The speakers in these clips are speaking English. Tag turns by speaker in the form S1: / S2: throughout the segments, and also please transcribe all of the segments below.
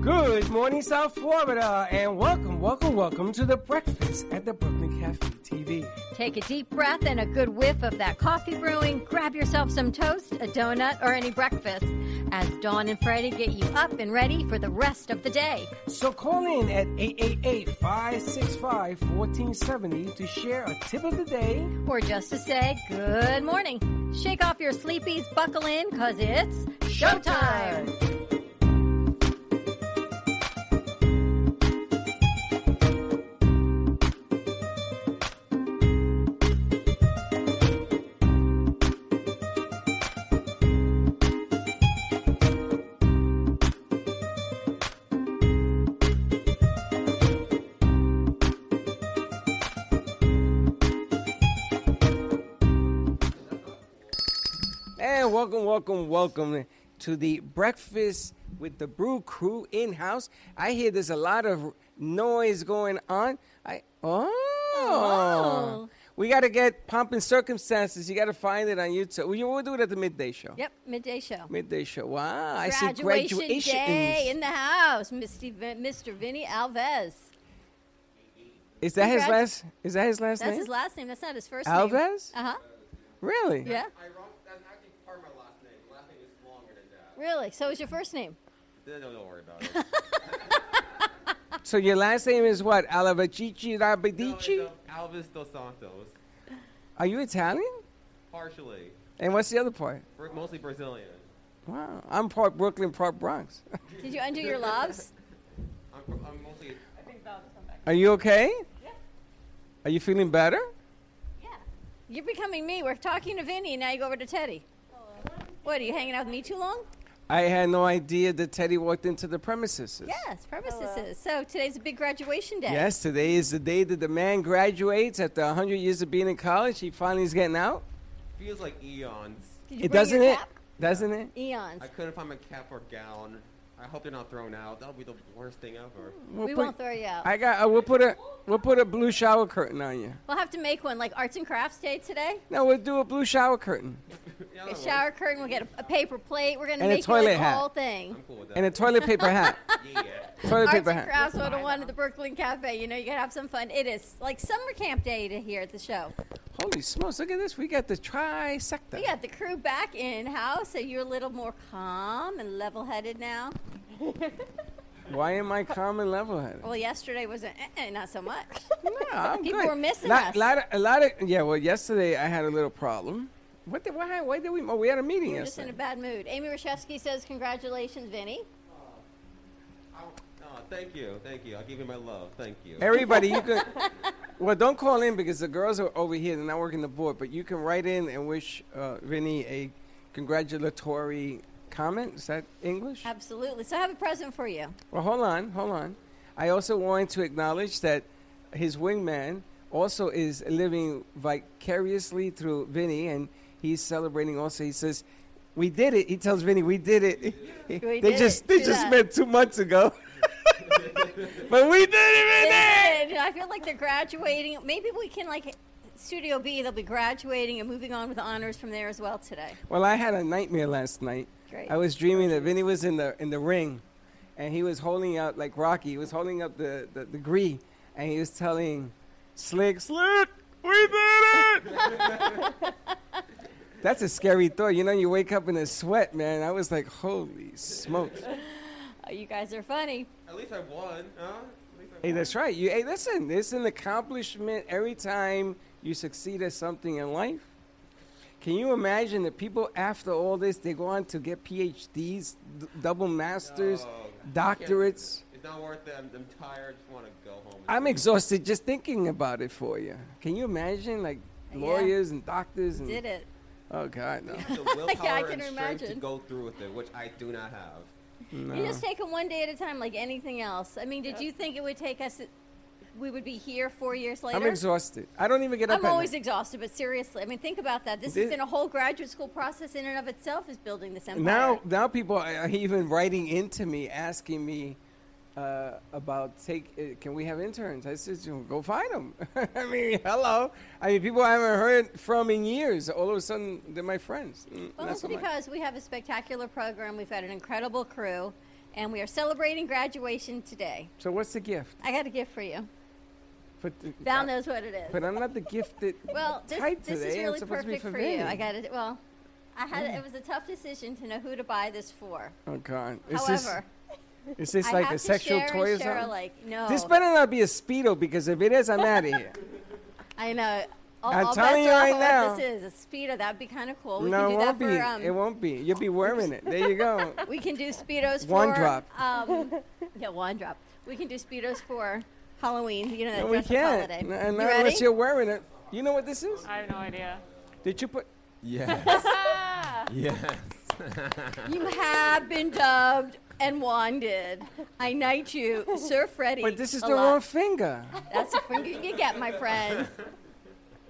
S1: Good morning, South Florida, and welcome, welcome, welcome to the breakfast at the Brooklyn Cafe TV.
S2: Take a deep breath and a good whiff of that coffee brewing. Grab yourself some toast, a donut, or any breakfast as Dawn and Freddie get you up and ready for the rest of the day.
S1: So call in at 888-565-1470 to share a tip of the day.
S2: Or just to say good morning. Shake off your sleepies, buckle in, cause it's showtime.
S1: And welcome, welcome, welcome to the breakfast with the Brew Crew in house. I hear there's a lot of noise going on. I oh,
S2: Oh.
S1: we got to get pomp and circumstances. You got to find it on YouTube. We- We'll do it at the midday show.
S2: Yep, midday show.
S1: Midday show. Wow, I see
S2: Graduation
S1: graduations.
S2: day in the house, Misty, Mr. Vinny Alves.
S1: Is that his
S2: Congrats.
S1: last? Is that his last
S2: That's
S1: name?
S2: his last name. That's not his first name.
S1: Alves?
S2: Uh huh.
S1: Really?
S2: Yeah.
S3: I wrong. That's actually part of my last name. My last name is longer than that.
S2: Really? So is your first name?
S3: Don't, don't worry about it.
S1: So your last name is what? Alavici
S3: No,
S1: Rabadici?
S3: it's, um, Alvis dos Santos,
S1: Are you Italian?
S3: partially,
S1: And what's the other part?
S3: Bra- mostly Brazilian.
S1: Wow, I'm part Brooklyn, part Bronx.
S2: Did you undo your lobs?
S3: I'm, fr- I'm mostly.
S1: Are you okay? Yeah. Are you feeling better?
S2: Yeah. You're becoming me. We're talking to Vinny, and now you go over to Teddy. What, are you hanging out with me too long?
S1: I had no idea that Teddy walked into the premises.
S2: Yes, purposes. So today's a big graduation day.
S1: Yes, today is the day that the man graduates after 100 years of being in college. He finally is getting out.
S3: Feels like eons.
S2: Did you bring
S1: It doesn't
S2: your
S1: it?
S2: cap?
S1: Doesn't it?
S2: Eons.
S3: I couldn't find my cap or gown. I hope they're not thrown out. That'll be the worst thing ever.
S1: We'll
S2: We
S1: put-
S2: won't throw you out.
S1: I got. Uh, we'll put a. We'll put a blue shower curtain on you.
S2: We'll have to make one like arts and crafts day today.
S1: No, we'll do a blue shower curtain
S3: Yeah,
S2: A
S3: that
S2: shower curtain. We'll get a, a paper plate. We're gonna
S1: And a
S2: make it like
S1: toilet
S2: the
S1: hat.
S2: whole
S3: works.
S2: thing.
S3: I'm cool with that.
S1: and a toilet paper hat.
S3: yeah.
S1: Toilet
S2: Arts
S1: paper
S2: and
S1: hat.
S2: crafts 101 at the Brooklyn Cafe. You know, you gotta have some fun. It is like summer camp day to here at the show.
S1: Holy smokes! Look at this. We got the trisector.
S2: We got the crew back in house, so you're a little more calm and level headed now.
S1: Why am I calm and level-headed?
S2: Well, yesterday was a, eh, eh, not so much.
S1: No, I'm
S2: People
S1: good.
S2: were missing
S1: Lot-
S2: us.
S1: Lot of, a lot of yeah. Well, yesterday I had a little problem. What did why why did we? Oh, we had a meeting
S2: We're just in
S1: yesterday.
S2: a bad mood. Amy Rashevsky says, "Congratulations, Vinny."
S3: Oh, oh, thank you, thank you. I'll give you my love. Thank you.
S1: Everybody, you could. well, don't call in because the girls are over here. They're not working the board, but you can write in and wish uh, Vinny a congratulatory comment. Is that English?
S2: Absolutely. So I have a present for you.
S1: Well, hold on, hold on. I also want to acknowledge that his wingman also is living vicariously through Vinny, and he's celebrating. Also, he says, "We did it." He tells Vinny, "We did it." they
S2: did
S1: just
S2: it.
S1: they
S2: Do
S1: just
S2: that.
S1: met two months ago, but we did it, Vinny.
S2: And I feel like they're graduating. Maybe we can like Studio B. They'll be graduating and moving on with honors from there as well today.
S1: Well, I had a nightmare last night.
S2: Great.
S1: I was dreaming that Vinny was in the in the ring, and he was holding out like Rocky. He was holding up the the degree, and he was telling Slick, "Slick, we did it." That's a scary thought. You know, you wake up in a sweat, man. I was like, "Holy smokes!"
S2: Oh, you guys are funny.
S3: At least I won, huh? At least I
S1: hey,
S3: won.
S1: that's right. You hey, listen. It's an accomplishment every time you succeed at something in life. Can you imagine that people after all this they go on to get PhDs, d- double masters,
S3: No, I can't do
S1: doctorates?
S3: it. It's not worth it. I'm, I'm tired. Just want to go home. and
S1: I'm
S3: sleep.
S1: exhausted just thinking about it for you. Can you imagine like
S2: Yeah.
S1: lawyers and doctors and
S2: Hmm. Did it?
S1: Oh god, no.
S3: the willpower
S2: can
S3: and strength to
S2: imagine.
S3: go through with it, which I do not have.
S2: You just take them one day at a time, like anything else. I mean, did you think it would take us? We would be here four years later.
S1: I'm exhausted. I don't even get up.
S2: I'm
S1: at
S2: always
S1: night.
S2: exhausted, but seriously, I mean, think about that. This
S1: This-
S2: has been a whole graduate school process in and of itself is building this empire.
S1: now now people are are even writing into me asking me uh, about take uh, can we have interns i said "You know, go find them i mean hello i mean people i haven't heard from in years all of a sudden they're my friends Mm,
S2: Well,
S1: not
S2: that's
S1: so much.
S2: because we have a spectacular program. We've got an incredible crew, and we are celebrating graduation today.
S1: So what's the gift?
S2: I got a gift for you.
S1: But the- uh,
S2: Val knows what it is.
S1: But I'm not the gifted
S2: Well, this,
S1: type
S2: this
S1: today.
S2: is
S1: I'm
S2: really
S1: supposed to be
S2: perfect for,
S1: for Mm.
S2: you.
S1: Vinny.
S2: I got it. Well, I had it was a tough decision to know who to buy this for.
S1: Oh God! Is
S2: However,
S1: this is this
S2: I
S1: like
S2: have
S1: a
S2: to
S1: sexual
S2: share
S1: toy or
S2: and share
S1: something?
S2: alike. No,
S1: This better not be a speedo because if it is, I'm out of here.
S2: I know. All,
S1: I'm
S2: all
S1: telling
S2: bets
S1: you
S2: are off
S1: right
S2: on
S1: now.
S2: What this is a speedo. That'd be kind of cool. We
S1: no,
S2: can
S1: it
S2: do
S1: won't
S2: that
S1: be.
S2: for um.
S1: it won't be. You'll be wearing it. There you go.
S2: we can do speedos
S1: One
S2: for
S1: drop.
S2: Um, yeah, one drop. We can do speedos for Halloween. You know that
S1: No, we
S2: dress up
S1: can't.
S2: holiday.
S1: N-
S2: You
S1: not
S2: ready?
S1: unless you're wearing it. You know what this is?
S4: I have no idea.
S1: Did you put?
S3: Yes. yes.
S2: You have been dubbed and wanded. I knight you, Sir Freddy.
S1: But this is
S2: a
S1: the
S2: lot.
S1: wrong finger.
S2: That's the finger you get, my friend.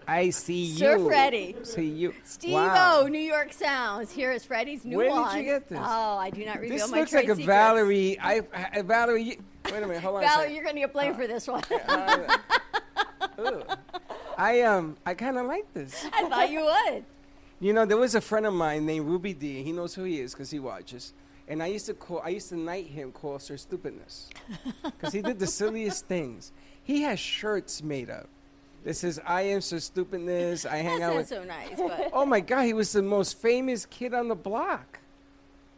S1: I see
S2: Sir
S1: you.
S2: Freddy.
S1: See you.
S2: Steve
S1: Wow.
S2: O, New York Sounds. Here is Freddy's new
S1: Where did you
S2: wand.
S1: get this?
S2: Oh, I do not reveal
S1: This
S2: my
S1: looks
S2: trade
S1: like a
S2: secrets.
S1: Valerie. I, I Valerie. You, wait a minute. Hold on. a
S2: Valerie,
S1: second.
S2: you're going to get blamed for this one.
S1: Uh, ooh. I um I kind of like this.
S2: I thought you would.
S1: You know, there was a friend of mine named Ruby D. He knows who he is because he watches. And I used to call, I used to knight him, call Sir Stupidness, because he did the silliest things. He has shirts made up. This is I am Sir Stupidness. I hang
S2: That's
S1: out
S2: not
S1: with.
S2: so nice, but
S1: Oh my God, he was the most famous kid on the block.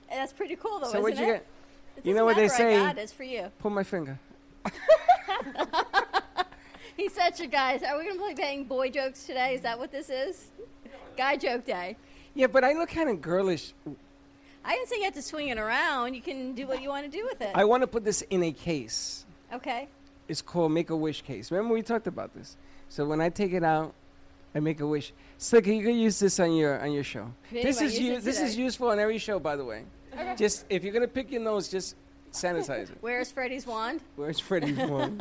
S2: that's pretty cool, though,
S1: so
S2: isn't
S1: what'd you
S2: Oh, it?
S1: get?
S2: It
S1: you
S2: doesn't
S1: know what they
S2: matter, I
S1: say-
S2: got it, it's for you.
S1: Pull my finger.
S2: He's such a guy. Are we going to play bang boy jokes today? Is that what this is? Guy joke day.
S1: Yeah, but I look kind of girlish.
S2: I didn't say you had to swing it around. You can do what you want to do with it.
S1: I want to put this in a case.
S2: okay.
S1: It's called Make a Wish case. Remember we talked about this. So when I take it out, I make a wish. Slicker, you can use this on your on your show.
S2: Vinny
S1: this
S2: might
S1: is
S2: use
S1: u-
S2: it
S1: this is
S2: today.
S1: useful on every show, by the way. Just if you're gonna pick your nose, just sanitize it.
S2: Where's Freddy's wand?
S1: Where's Freddy's one?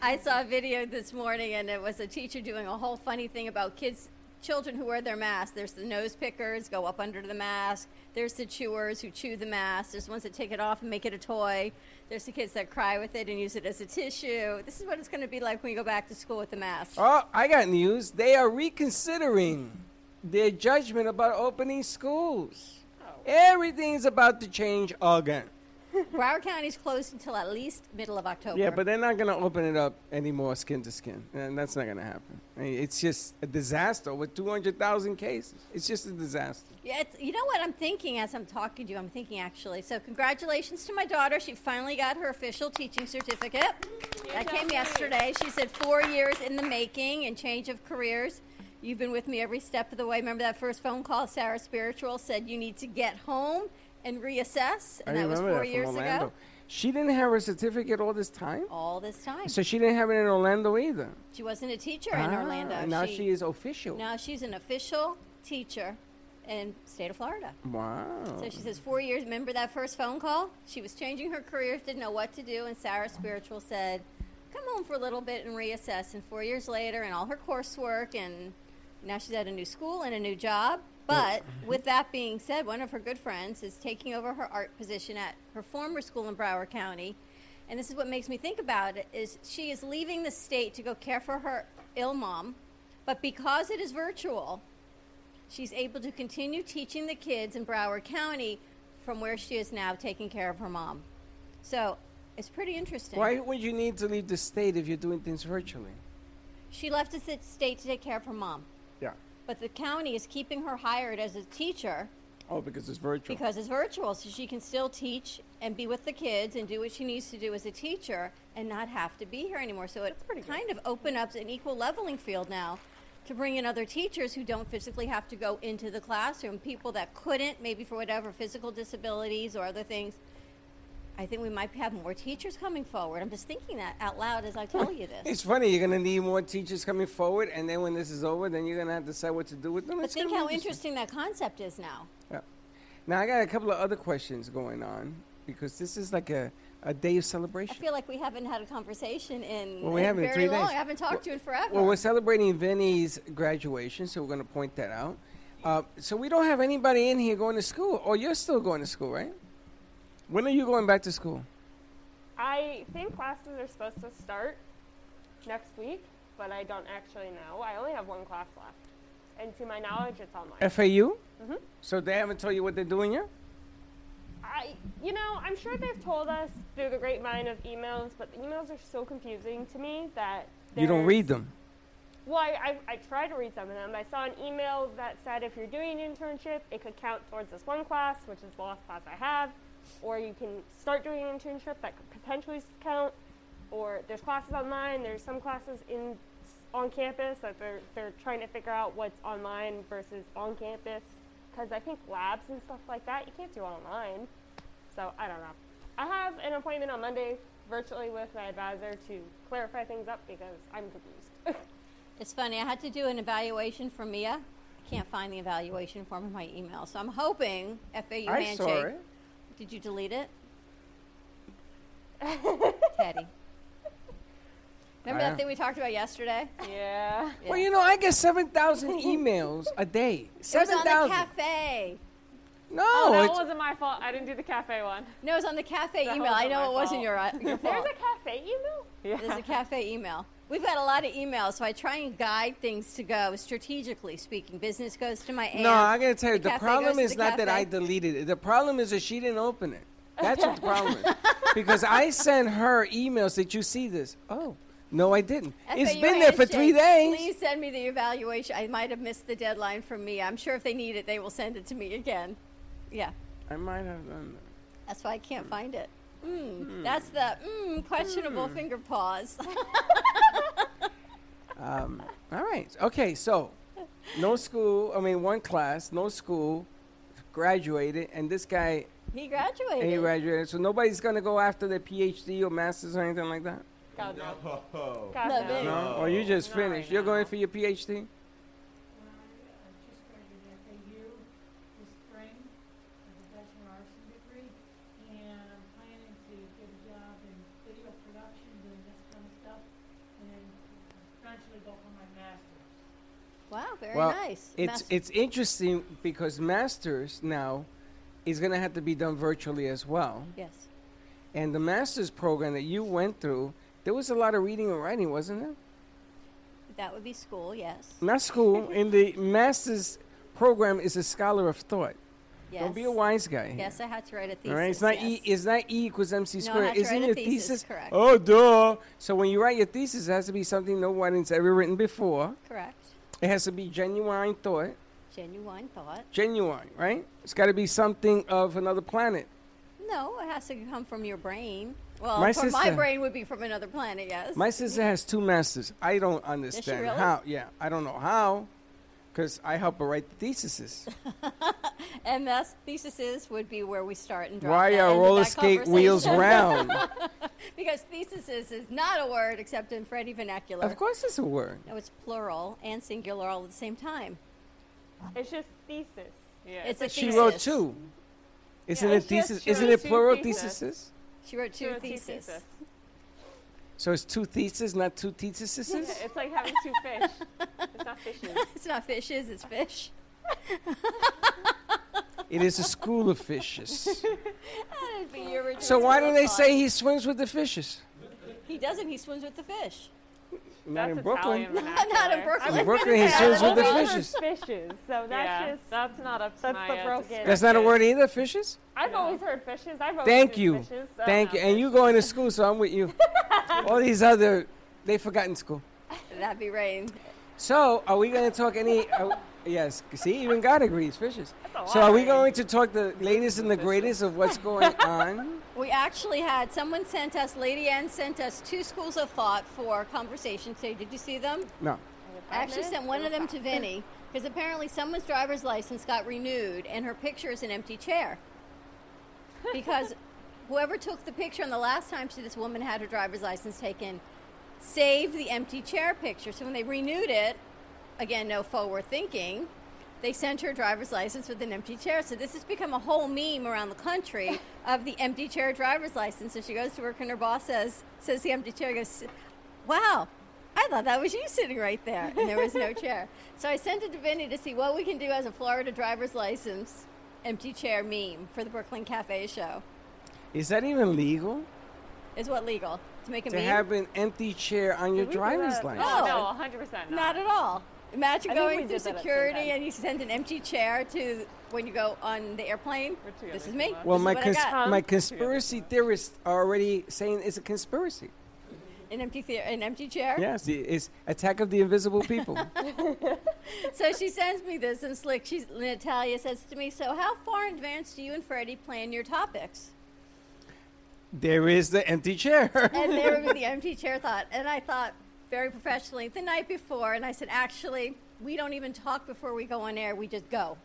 S2: I saw a video this morning, and it was a teacher doing a whole funny thing about kids, children who wear their masks. There's the nose pickers, go up under the mask. There's the chewers who chew the mask. There's ones that take it off and make it a toy. There's the kids that cry with it and use it as a tissue. This is what it's going to be like when you go back to school with the mask.
S1: oh, I got news. They are reconsidering their judgment about opening schools.
S2: Oh.
S1: Everything's about to change again.
S2: Broward County's closed until at least middle of October.
S1: Yeah, but they're not going to open it up anymore, skin to skin. And that's not going to happen. I mean, it's just a disaster with 200,000 cases. It's just a disaster.
S2: Yeah, it's, you know what I'm thinking as I'm talking to you? I'm thinking actually. So, congratulations to my daughter. She finally got her official teaching certificate. That came yesterday. She said four years in the making and change of careers. You've been with me every step of the way. Remember that first phone call? Sarah Spiritual said you need to get home and reassess, and
S1: I
S2: that was
S1: remember
S2: four
S1: that from
S2: years
S1: Orlando.
S2: ago. Oh.
S1: She didn't have her certificate all this time?
S2: All this time,
S1: So she didn't have it in Orlando either.
S2: she wasn't a teacher in
S1: Ah,
S2: Orlando.
S1: and Now she, is official.
S2: now she's an official teacher in state of Florida.
S1: Wow.
S2: So she says, four years. Remember that first phone call? She was changing her career, didn't know what to do, and Sarah Spiritual said, "Come home for a little bit and reassess." And four years later, and all her coursework, and now she's at a new school and a new job. But with that being said, one of her good friends is taking over her art position at her former school in Broward County, and this is what makes me think about it: is she is leaving the state to go care for her ill mom, but because it is virtual, She's able to continue teaching the kids in Broward County from where she is now taking care of her mom. So it's pretty interesting.
S1: Why would you need to leave the state if you're doing things virtually?
S2: She left the sit- state to take care of her mom,
S1: Yeah.
S2: but the county is keeping her hired as a teacher
S1: Oh, because it's virtual.
S2: because it's virtual, so she can still teach and be with the kids and do what she needs to do as a teacher and not have to be here anymore. So it kind of opened up an equal leveling field now to bring in other teachers who don't physically have to go into the classroom, people that couldn't, maybe for whatever physical disabilities or other things. I think we might have more teachers coming forward. I'm just thinking that out loud as I tell you this.
S1: it's funny, you're going to need more teachers coming forward, and then when this is over, then you're going to have to decide what to do with them.
S2: But
S1: It's gonna
S2: think
S1: be
S2: how interesting that concept is now.
S1: Yeah. Now I got a couple of other questions going on because this is like a, a day of
S2: I
S1: celebration.
S2: feel like we haven't had a conversation in,
S1: Well, we
S2: in
S1: haven't in
S2: very
S1: three
S2: long.
S1: days.
S2: I haven't talked to you in forever.
S1: well, we're celebrating Vinny's graduation, so we're going to point that out. Uh, so we don't have anybody in here going to school, or you're still going to school, right? When are you going back to school?
S4: I think classes are supposed to start next week, but I don't actually know. I only have one class left. And to my knowledge, it's online.
S2: Mm-hmm.
S1: FAU. So they haven't told you what they're doing yet.
S4: I I, you know, I'm sure they've told us through the grapevine of emails, but the emails are so confusing to me that
S1: You don't
S4: there's-
S1: read them.
S4: Well, I, I, I tried to read some of them. I saw an email that said if you're doing an internship, it could count towards this one class, which is the last class I have, or you can start doing an internship that could potentially count. Or there's classes online. There's some classes in on campus that they're they're trying to figure out what's online versus on campus, because I think labs and stuff like that you can't do online. So I don't know. I have an appointment on Monday virtually with my advisor to clarify things up because I'm confused.
S2: It's funny. I had to do an evaluation for Mia. I can't find the evaluation form in my email, so I'm hoping FAU
S1: I
S2: handshake.
S1: saw it.
S2: Did you delete it, Teddy? Remember
S1: I-
S2: that thing we talked about yesterday?
S4: Yeah.
S2: Yeah.
S1: Well, you know, I get 7,000 emails a day.
S2: it was on the
S1: 7,000.
S2: cafe.
S1: No,
S4: Oh, that
S1: it's-
S4: wasn't my fault. I didn't do the cafe one.
S2: No, it was on the cafe
S4: That
S2: email. I
S4: wasn't my
S2: know it wasn't
S4: fault.
S2: your, uh, your fault.
S4: There's a cafe email?
S2: There's a cafe email. We've got a lot of emails, so I try and guide things to go strategically speaking. Business goes to my aunt.
S1: no, I'm going to tell you, the,
S2: cafe goes
S1: problem
S2: to
S1: is
S2: the
S1: not that I
S2: cafe.
S1: deleted it. The problem is that she didn't open it. That's what the problem is. Because I sent her emails. Did you see this? Oh, no, I didn't. it's
S2: FAU
S1: been there for three
S2: handshake.
S1: days.
S2: Please send me the evaluation. I might have missed the deadline for me. I'm sure if they need it, they will send it to me again. Yeah,
S1: I might have done that.
S2: that's why I can't find it. Mm,
S1: Hmm.
S2: That's the mm, questionable finger pause.
S1: Um, all right. Okay. So, no school. I mean, one class, no school. Graduated, and this guy
S2: he graduated.
S1: he graduated. So nobody's gonna go after their PhD or masters or anything like that.
S4: God, no.
S3: No.
S4: God,
S2: No,
S4: no.
S2: babe.
S1: No. Or you just
S4: Not right
S1: finished. You're going
S4: now.
S1: for your PhD.
S5: I just graduated FAU this spring with a bachelor arts degree, and I'm planning to get a job in video production, doing this kind of stuff, and then eventually go for my master's.
S2: Wow, very
S1: Well,
S2: nice. Mas-
S1: It's it's interesting because masters now is gonna have to be done virtually as well.
S2: yes.
S1: And the masters program that you went through, there was a lot of reading and writing, wasn't there?
S2: That would be school, yes.
S1: Not school. in the masters program is a scholar of thought.
S2: yes.
S1: Don't be a wise guy. here.
S2: Yes, I had to write a thesis.
S1: All right, it's not
S2: yes.
S1: E. It's not E equals
S2: No,
S1: MC
S2: I
S1: squared.
S2: have to
S1: Isn't
S2: write a
S1: your
S2: thesis,
S1: thesis?
S2: correct.
S1: Oh, duh. So when you write your thesis, it has to be something no one has ever written before.
S2: Correct.
S1: It has to be genuine thought,
S2: Genuine thought.
S1: genuine, right? It's got to be something of another planet.
S2: No, it has to come from your brain. Well,
S1: My
S2: from my
S1: sister-
S2: brain would be from another planet, yes.
S1: My sister has two masters. I don't understand
S2: really?
S1: how. Yeah, I don't know how, because I help her write the theses.
S2: MS theses would be where we start and drop
S1: Why
S2: the
S1: are
S2: end of
S1: roller
S2: that
S1: skate wheels
S2: conversation.
S1: round?
S2: because theses is not a word except in Freddy vernacular.
S1: of course, it's a word.
S2: No, it's plural and singular all at the same time.
S4: It's just thesis. Yeah.
S2: It's a
S1: She
S2: thesis.
S1: wrote two. Isn't
S4: Yeah,
S1: it
S4: it's just
S1: thesis?
S4: two-
S1: Isn't it
S4: two
S1: plural
S4: theses.
S1: theses?
S2: She wrote two
S4: Sure,
S2: theses.
S4: thesis.
S1: So it's two theses, not two theses.
S4: Yeah, It's like having two fish. It's not fishes.
S2: It's not fishes, it's fish.
S1: It is a school of fishes.
S2: That'd be your original
S1: so why
S2: school
S1: do they
S2: thought.
S1: say he swims with the fishes?
S2: he doesn't? He swims with the fish.
S1: Not in
S4: That's
S1: Brooklyn.
S4: Italian vernacular.
S2: Not in Brooklyn.
S1: In Brooklyn, he swims with the
S4: Well,
S1: fishes.
S6: fishes. So that's
S4: Yeah,
S6: just
S4: that's not up to
S6: that's
S4: my
S6: the
S4: uh,
S6: broken.
S1: That's not a word either, fishes?
S4: I've always heard fishes. I've always
S1: Thank
S4: used
S1: you.
S4: Fishes. Oh,
S1: Thank you. And you going to school, so I'm with you. All these other, they forgotten school.
S2: That'd be rain.
S1: So are we going to talk any, uh, yes, see, even God agrees, fishes. So are we going to talk the latest and the greatest of what's going on?
S2: We actually had someone sent us, Lady Ann sent us two schools of thought for conversation today. Did you see them?
S1: No.
S2: I actually sent one of them to Vinny because apparently someone's driver's license got renewed and her picture is an empty chair. Because whoever took the picture and the last time she, this woman had her driver's license taken saved the empty chair picture. So when they renewed it, again, no forward thinking, they sent her driver's license with an empty chair. So this has become a whole meme around the country of the empty chair driver's license. So she goes to work and her boss says, says the empty chair, goes, wow, I thought that was you sitting right there. And there was no chair. So I sent it to Vinny to see what we can do as a Florida driver's license empty chair meme for the Brooklyn Cafe show.
S1: Is that even legal?
S2: Is what legal? To make a
S1: To
S2: meme?
S1: have an empty chair on your driver's
S4: Driver's
S1: license?
S4: Oh,
S2: No.
S4: no, 100% not.
S2: Not at all. Imagine
S4: I think we
S2: going through
S4: did that at the same
S2: security
S4: time.
S2: and you send an empty chair to when you go on the airplane.
S6: We're together
S2: This is
S6: too
S2: me.
S6: much.
S1: Well,
S2: This is
S1: my
S2: what I
S1: cons-
S2: got.
S1: my
S4: Um,
S1: conspiracy theorists are already saying it's a conspiracy.
S2: an empty the- an empty chair.
S1: Yes, i- it's attack of the invisible people.
S2: So she sends me this, and it's like she's Natalia says to me, "So how far in advance do you and Freddie plan your topics?"
S1: there is the empty chair.
S2: And there would be the empty chair thought, and I thought very professionally the night before, and I said, "Actually, we don't even talk before we go on air. We just go."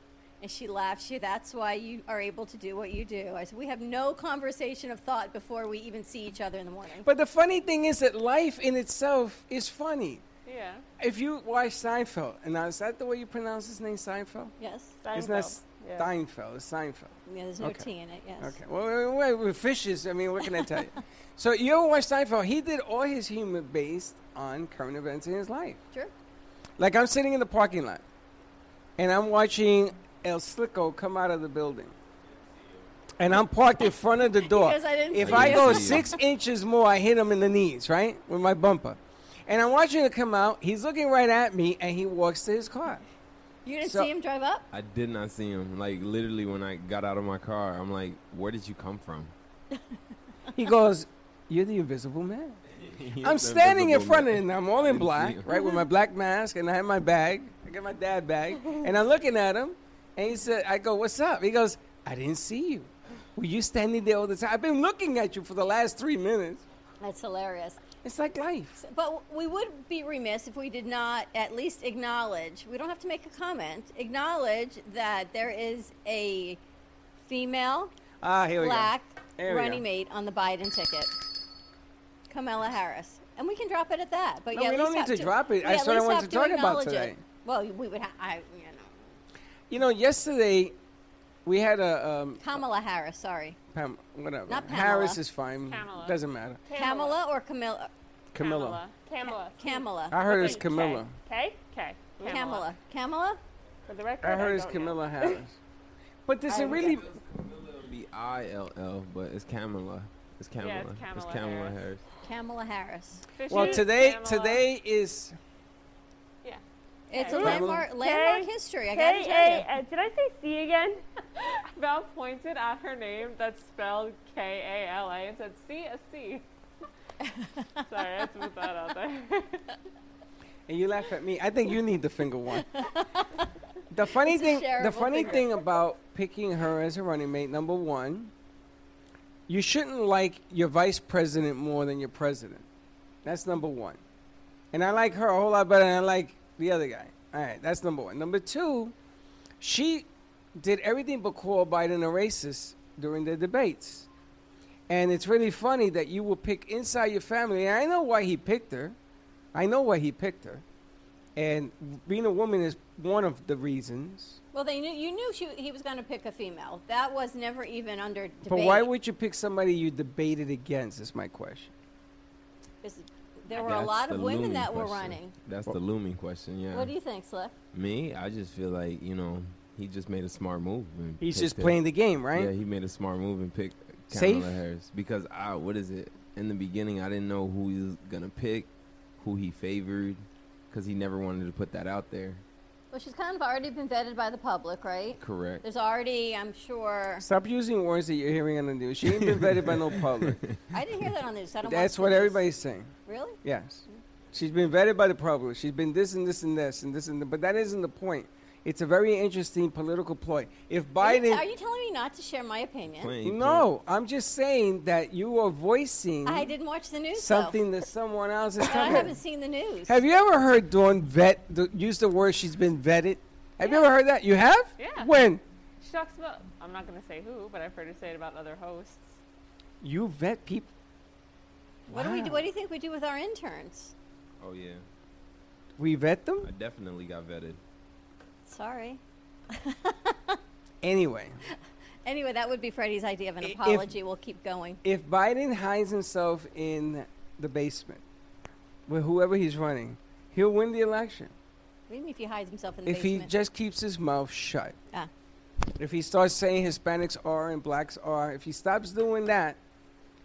S2: And she laughed. She, that's why you are able to do what you do. I said, we have no conversation of thought before we even see each other in the morning.
S1: but the funny thing is that life in itself is funny.
S6: Yeah.
S1: If you watch Seinfeld, and now is that the way you pronounce his name, Seinfeld?
S2: yes.
S1: It's not
S4: Seinfeld. Yeah.
S1: Steinfeld, it's Seinfeld.
S2: Yeah, there's no
S1: Okay.
S2: tea in it. Yes.
S1: Okay. Well, we're, we're, we're fishes. I mean, what can I tell you? so you ever watch Seinfeld? He did all his humor based on current events in his life.
S2: Sure.
S1: Like I'm sitting in the parking lot, and I'm watching El Slicko come out of the building, and I'm parked in front of the door.
S2: Because I didn't
S1: if
S2: see
S1: I
S2: you.
S1: go
S3: See you.
S1: six inches more, I hit him in the knees, right, with my bumper. And I'm watching him come out. He's looking right at me, and he walks to his car.
S2: You didn't
S1: So-
S2: see him drive up?
S7: I did not see him. Like literally, when I got out of my car, I'm like, "Where did you come from?"
S1: He goes, "You're the invisible man."
S7: He
S1: I'm
S7: is
S1: standing in
S7: invisible,
S1: front of
S7: man.
S1: him. I'm all in
S7: Didn't see
S1: black,
S7: him.
S1: right, with my black mask, and I have my bag. I got my dad bag, and I'm looking at him, and he said, "I go, what's up?" He goes, "I didn't see you. Were you standing there all the time? I've been looking at you for the last three minutes.
S2: That's hilarious.
S1: It's like life."
S2: But we would be remiss if we did not at least acknowledge, we don't have to make a comment, acknowledge that there is a female
S1: Ah, here we
S2: black
S1: There we go.
S2: running mate on the Biden ticket. Kamala Harris. And we can drop it at that. But
S1: No,
S2: yeah,
S1: we
S2: at
S1: don't
S2: least
S1: need
S2: have
S1: to drop it.
S2: we
S1: That's
S2: at
S1: what I
S2: least
S1: wanted
S2: have
S1: to talk about
S2: acknowledge it.
S1: today.
S2: Well, we would have, I, you know,
S1: go. You know, yesterday we had a um,
S2: Kamala Harris, sorry.
S1: Pam, whatever.
S2: Not Pamela.
S1: Harris is fine.
S6: Kamala.
S1: Doesn't matter.
S2: Kamala or Camilla?
S1: Camilla.
S4: Kamala.
S2: Kamala.
S1: I heard it's Camilla.
S4: K? K. Kamala.
S2: Kamala. Kamala?
S4: For the record,
S1: I heard it's
S4: don't know.
S1: Camilla Harris. But does
S4: I
S1: it
S4: would
S1: really?
S7: Camilla would be I L L, but it's Kamala. It's Kamala.
S4: Yeah, it's Kamala Harris.
S7: Harris.
S2: Kamala Harris.
S4: So
S1: Well,
S4: she's
S1: today
S4: Kamala.
S1: today is
S4: Yeah.
S2: It's a
S4: Hey.
S2: landmark,
S4: Hey.
S2: landmark history. I gotta tell you.
S4: K-A- uh, did I say C again?
S6: Val pointed at her name that's spelled K A L A and said C S C.
S4: Sorry, I had to put that out there.
S1: And you laugh at me. I think you need the finger one. The funny
S2: It's a
S1: thing, the
S2: shareable
S1: funny
S2: finger.
S1: thing about picking her as a running mate, number one, you shouldn't like your vice president more than your president. That's number one. And I like her a whole lot better than I like the other guy. All right, that's number one. Number two, she did everything but call Biden a racist during the debates. And it's really funny that you will pick inside your family. And I know why he picked her. I know why he picked her. And being a woman is one of the reasons.
S2: Well, they knew you knew she, he was going to pick a female. That was never even under debate.
S1: But why would you pick somebody you debated against? Is my question.
S2: 'Cause there were a
S7: That's
S2: lot of
S7: the
S2: women
S7: looming
S2: that were
S7: question.
S2: running?
S7: That's the looming question. Yeah.
S2: What do you think, Slick?
S7: Me, I just feel like you know he just made a smart move. and
S1: He's
S7: picked
S1: just
S7: her.
S1: playing the game, right?
S7: Yeah, he made a smart move and picked
S1: Safe?
S7: Kamala Harris because I what is it in the beginning? I didn't know who he was gonna pick, who he favored, because he never wanted to put that out there.
S2: Well, she's kind of already been vetted by the public, right?
S7: Correct.
S2: There's already, I'm sure.
S1: Stop using words that you're hearing on the news. She ain't been vetted by no public.
S2: I didn't hear that on the news. I don't watch
S1: That's
S2: the
S1: what
S2: news.
S1: everybody's saying.
S2: Really?
S1: Yes. She's been vetted by the public. She's been this and this and this and this and that. But that isn't the point. It's a very interesting political ploy. If
S2: Are you,
S1: Biden.
S2: are you telling me not to share my opinion?
S7: Playing-
S1: no, I'm just saying that you are voicing
S2: I didn't watch the news. though.
S1: something that someone else is
S2: And I
S1: telling
S2: haven't seen the news.
S1: Have you ever heard Dawn vet the, use the word she's been vetted? Have you ever heard that? You have?
S6: Yeah.
S1: When?
S6: She talks about I'm not gonna say who, but I've heard her say it about other hosts.
S1: You vet people.
S2: What do we do?
S1: Wow.
S2: What do you think we do with our interns?
S7: Oh yeah,
S1: We vet them?
S7: I definitely got vetted.
S2: Sorry.
S1: Anyway,
S2: Anyway, that would be Freddie's idea of an
S1: I- if-
S2: apology. we'll keep going.
S1: if Biden hides himself in the basement with whoever he's running, he'll win the election.
S2: What do you mean if he hides himself in the
S1: If he
S2: basement?
S1: just keeps his mouth shut.
S2: Ah.
S1: If he starts saying Hispanics are and blacks are, if he stops doing that,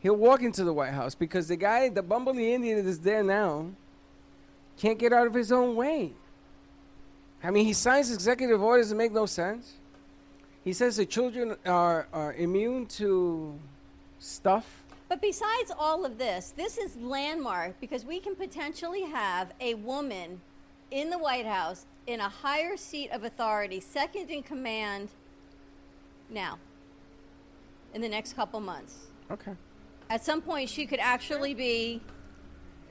S1: he'll walk into the White House because the guy, the bumbly Indian that is there now, can't get out of his own way. I mean, he signs executive orders that make no sense. He says the children are, are immune to stuff.
S2: But besides all of this, this is landmark because we can potentially have a woman in the White House in a higher seat of authority, second in command now, in the next couple months.
S1: Okay.
S2: At some point, she could actually be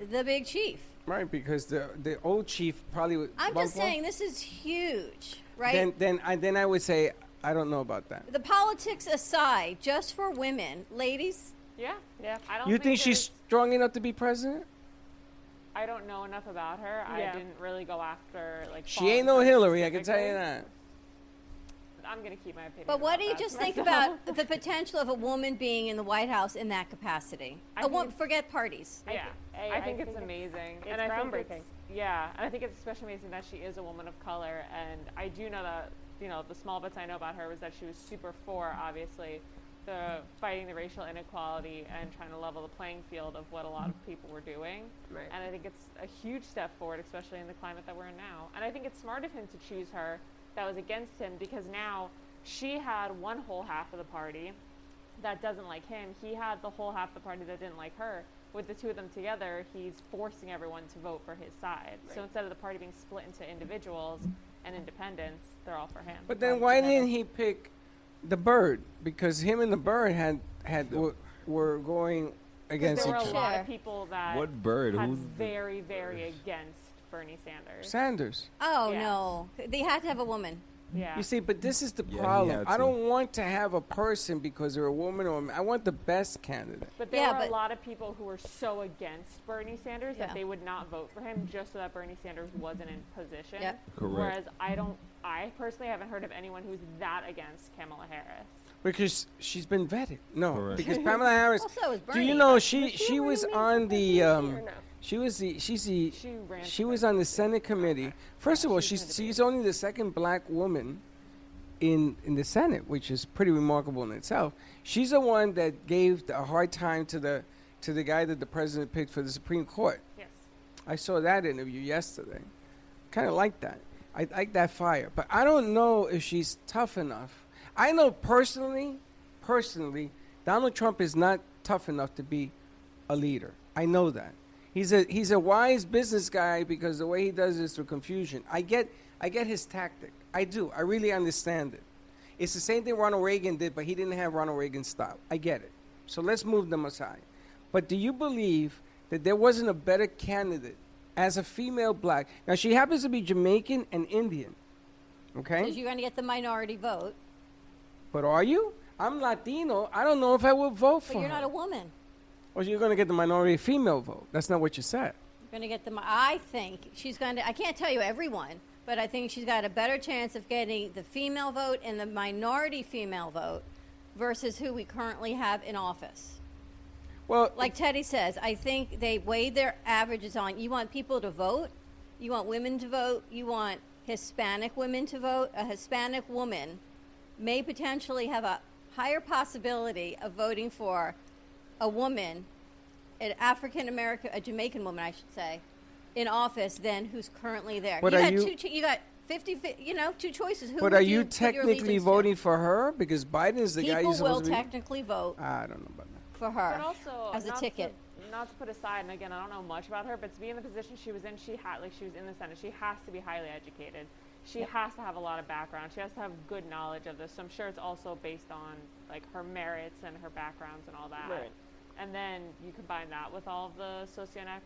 S2: the big chief.
S1: Right, because the the old chief probably would.
S2: I'm
S1: bump
S2: just
S1: off.
S2: saying, this is huge, right?
S1: Then then I then I would say I don't know about that.
S2: the politics aside, just for women, ladies,
S6: Yeah, yeah. I don't.
S1: You think she's
S6: there's-
S1: strong enough to be president?
S6: I don't know enough about her.
S4: Yeah.
S6: I didn't really go after like.
S1: She
S6: following
S1: ain't no
S6: her
S1: Hillary, I can tell you
S6: specifically.
S1: that.
S6: I'm gonna keep my opinion.
S2: But what
S6: about
S2: do you
S6: that to
S2: just think
S6: myself.
S2: about the potential of a woman being in the White House in that capacity?
S6: I
S2: A
S6: think
S2: won-
S6: it's-
S2: forget parties.
S4: I
S6: Yeah,
S4: thi-
S6: I,
S4: I- I
S6: think
S4: think
S6: it's
S4: it's-
S6: amazing,
S4: it's
S6: and I think it's
S4: groundbreaking.
S6: yeah, and I think it's especially amazing that she is a woman of color. And I do know that you know the small bits I know about her was that she was super for obviously the fighting the racial inequality and trying to level the playing field of what a lot of people were doing.
S4: Right.
S6: And I think it's a huge step forward, especially in the climate that we're in now. And I think it's smart of him to choose her that was against him because now she had one whole half of the party that doesn't like him. He had the whole half the party that didn't like her. With the two of them together, he's forcing everyone to vote for his side. So instead of the party being split into individuals and independents, they're all for him.
S1: But then why didn't he pick the bird? Because him and the bird had had were, were going
S6: There
S1: against
S6: were a
S1: each other.
S6: lot
S2: Sure.
S6: of people that
S7: What bird?
S6: had
S7: Who's the-
S6: very, very against Bernie Sanders.
S1: Sanders.
S2: Oh
S6: Yeah.
S2: no, they had to have a woman.
S6: Yeah.
S1: You see, but this is the
S7: Yeah, he
S1: problem.
S7: had
S1: I
S7: to.
S1: don't want to have a person because they're a woman or a man. I want the best candidate.
S6: But there
S2: Yeah,
S6: were
S2: but-
S6: a lot of people who were so against Bernie Sanders
S2: Yeah.
S6: that they would not vote for him just so that Bernie Sanders wasn't in position.
S2: Yep.
S7: Correct.
S6: Whereas I don't, I personally haven't heard of anyone who's that against Kamala Harris.
S1: Because she's been vetted. No,
S7: Correct.
S1: because Pamela Harris.
S2: Also, it was
S1: do
S2: Bernie.
S1: you know she
S4: she
S1: she was
S4: running against
S1: on the
S4: Bernie or
S1: um,
S4: no?
S1: she was the she's the
S6: She ran
S1: she
S6: for
S1: was on the Senate committee. First of all,
S6: She's
S1: she's
S6: gonna be-
S1: she's only the second black woman in in the Senate, which is pretty remarkable in itself. She's the one that gave a hard time to the to the guy that the president picked for the Supreme Court.
S6: Yes.
S1: I saw that interview yesterday. Kind of like that. I like that fire, but I don't know if she's tough enough. I know personally, personally, Donald Trump is not tough enough to be a leader. I know that. He's a he's a wise business guy because the way he does is through confusion. I get I get his tactic. I do. I really understand it. It's the same thing Ronald Reagan did, but he didn't have Ronald Reagan's style. I get it. So let's move them aside. But do you believe that there wasn't a better candidate as a female black? Now she happens to be Jamaican and Indian. Okay?
S2: Because you're going to get the minority vote,
S1: but are you? I'm Latino. I don't know if I would vote for
S2: but you're
S1: her.
S2: not a woman.
S1: or you're going to get the minority female vote. That's not what you said.
S2: You're going to get the. mi- I think she's going to. I can't tell you everyone, but I think she's got a better chance of getting the female vote and the minority female vote versus who we currently have in office.
S1: Well,
S2: like Teddy says, I think they weigh their averages on. You want people to vote, you want women to vote, you want Hispanic women to vote. A Hispanic woman may potentially have a higher possibility of voting for a woman, an African American, a Jamaican woman, I should say, in office than who's currently there.
S1: But
S2: you
S1: are
S2: got
S1: you-
S2: two. Cho- you got fifty. fi- You know, two choices. Who
S1: but
S2: would
S1: are you,
S2: put your
S1: technically
S2: allegiance to?
S1: voting for her? Because Biden is the guy Ah.
S2: People
S1: you're
S2: will
S1: supposed to be.
S2: technically vote
S1: I don't know about that.
S2: for her
S6: But also
S2: Uh, as a
S6: not
S2: ticket.
S6: To, not to put aside, and again, I don't know much about her, but to be in the position she was in, she had like she was in the Senate. She has to be highly educated. She has to have a lot of background. She has to have good knowledge of this. So I'm sure it's also based on like her merits and her backgrounds and all that.
S4: Right.
S6: And then you combine that with all of the socioeconomic,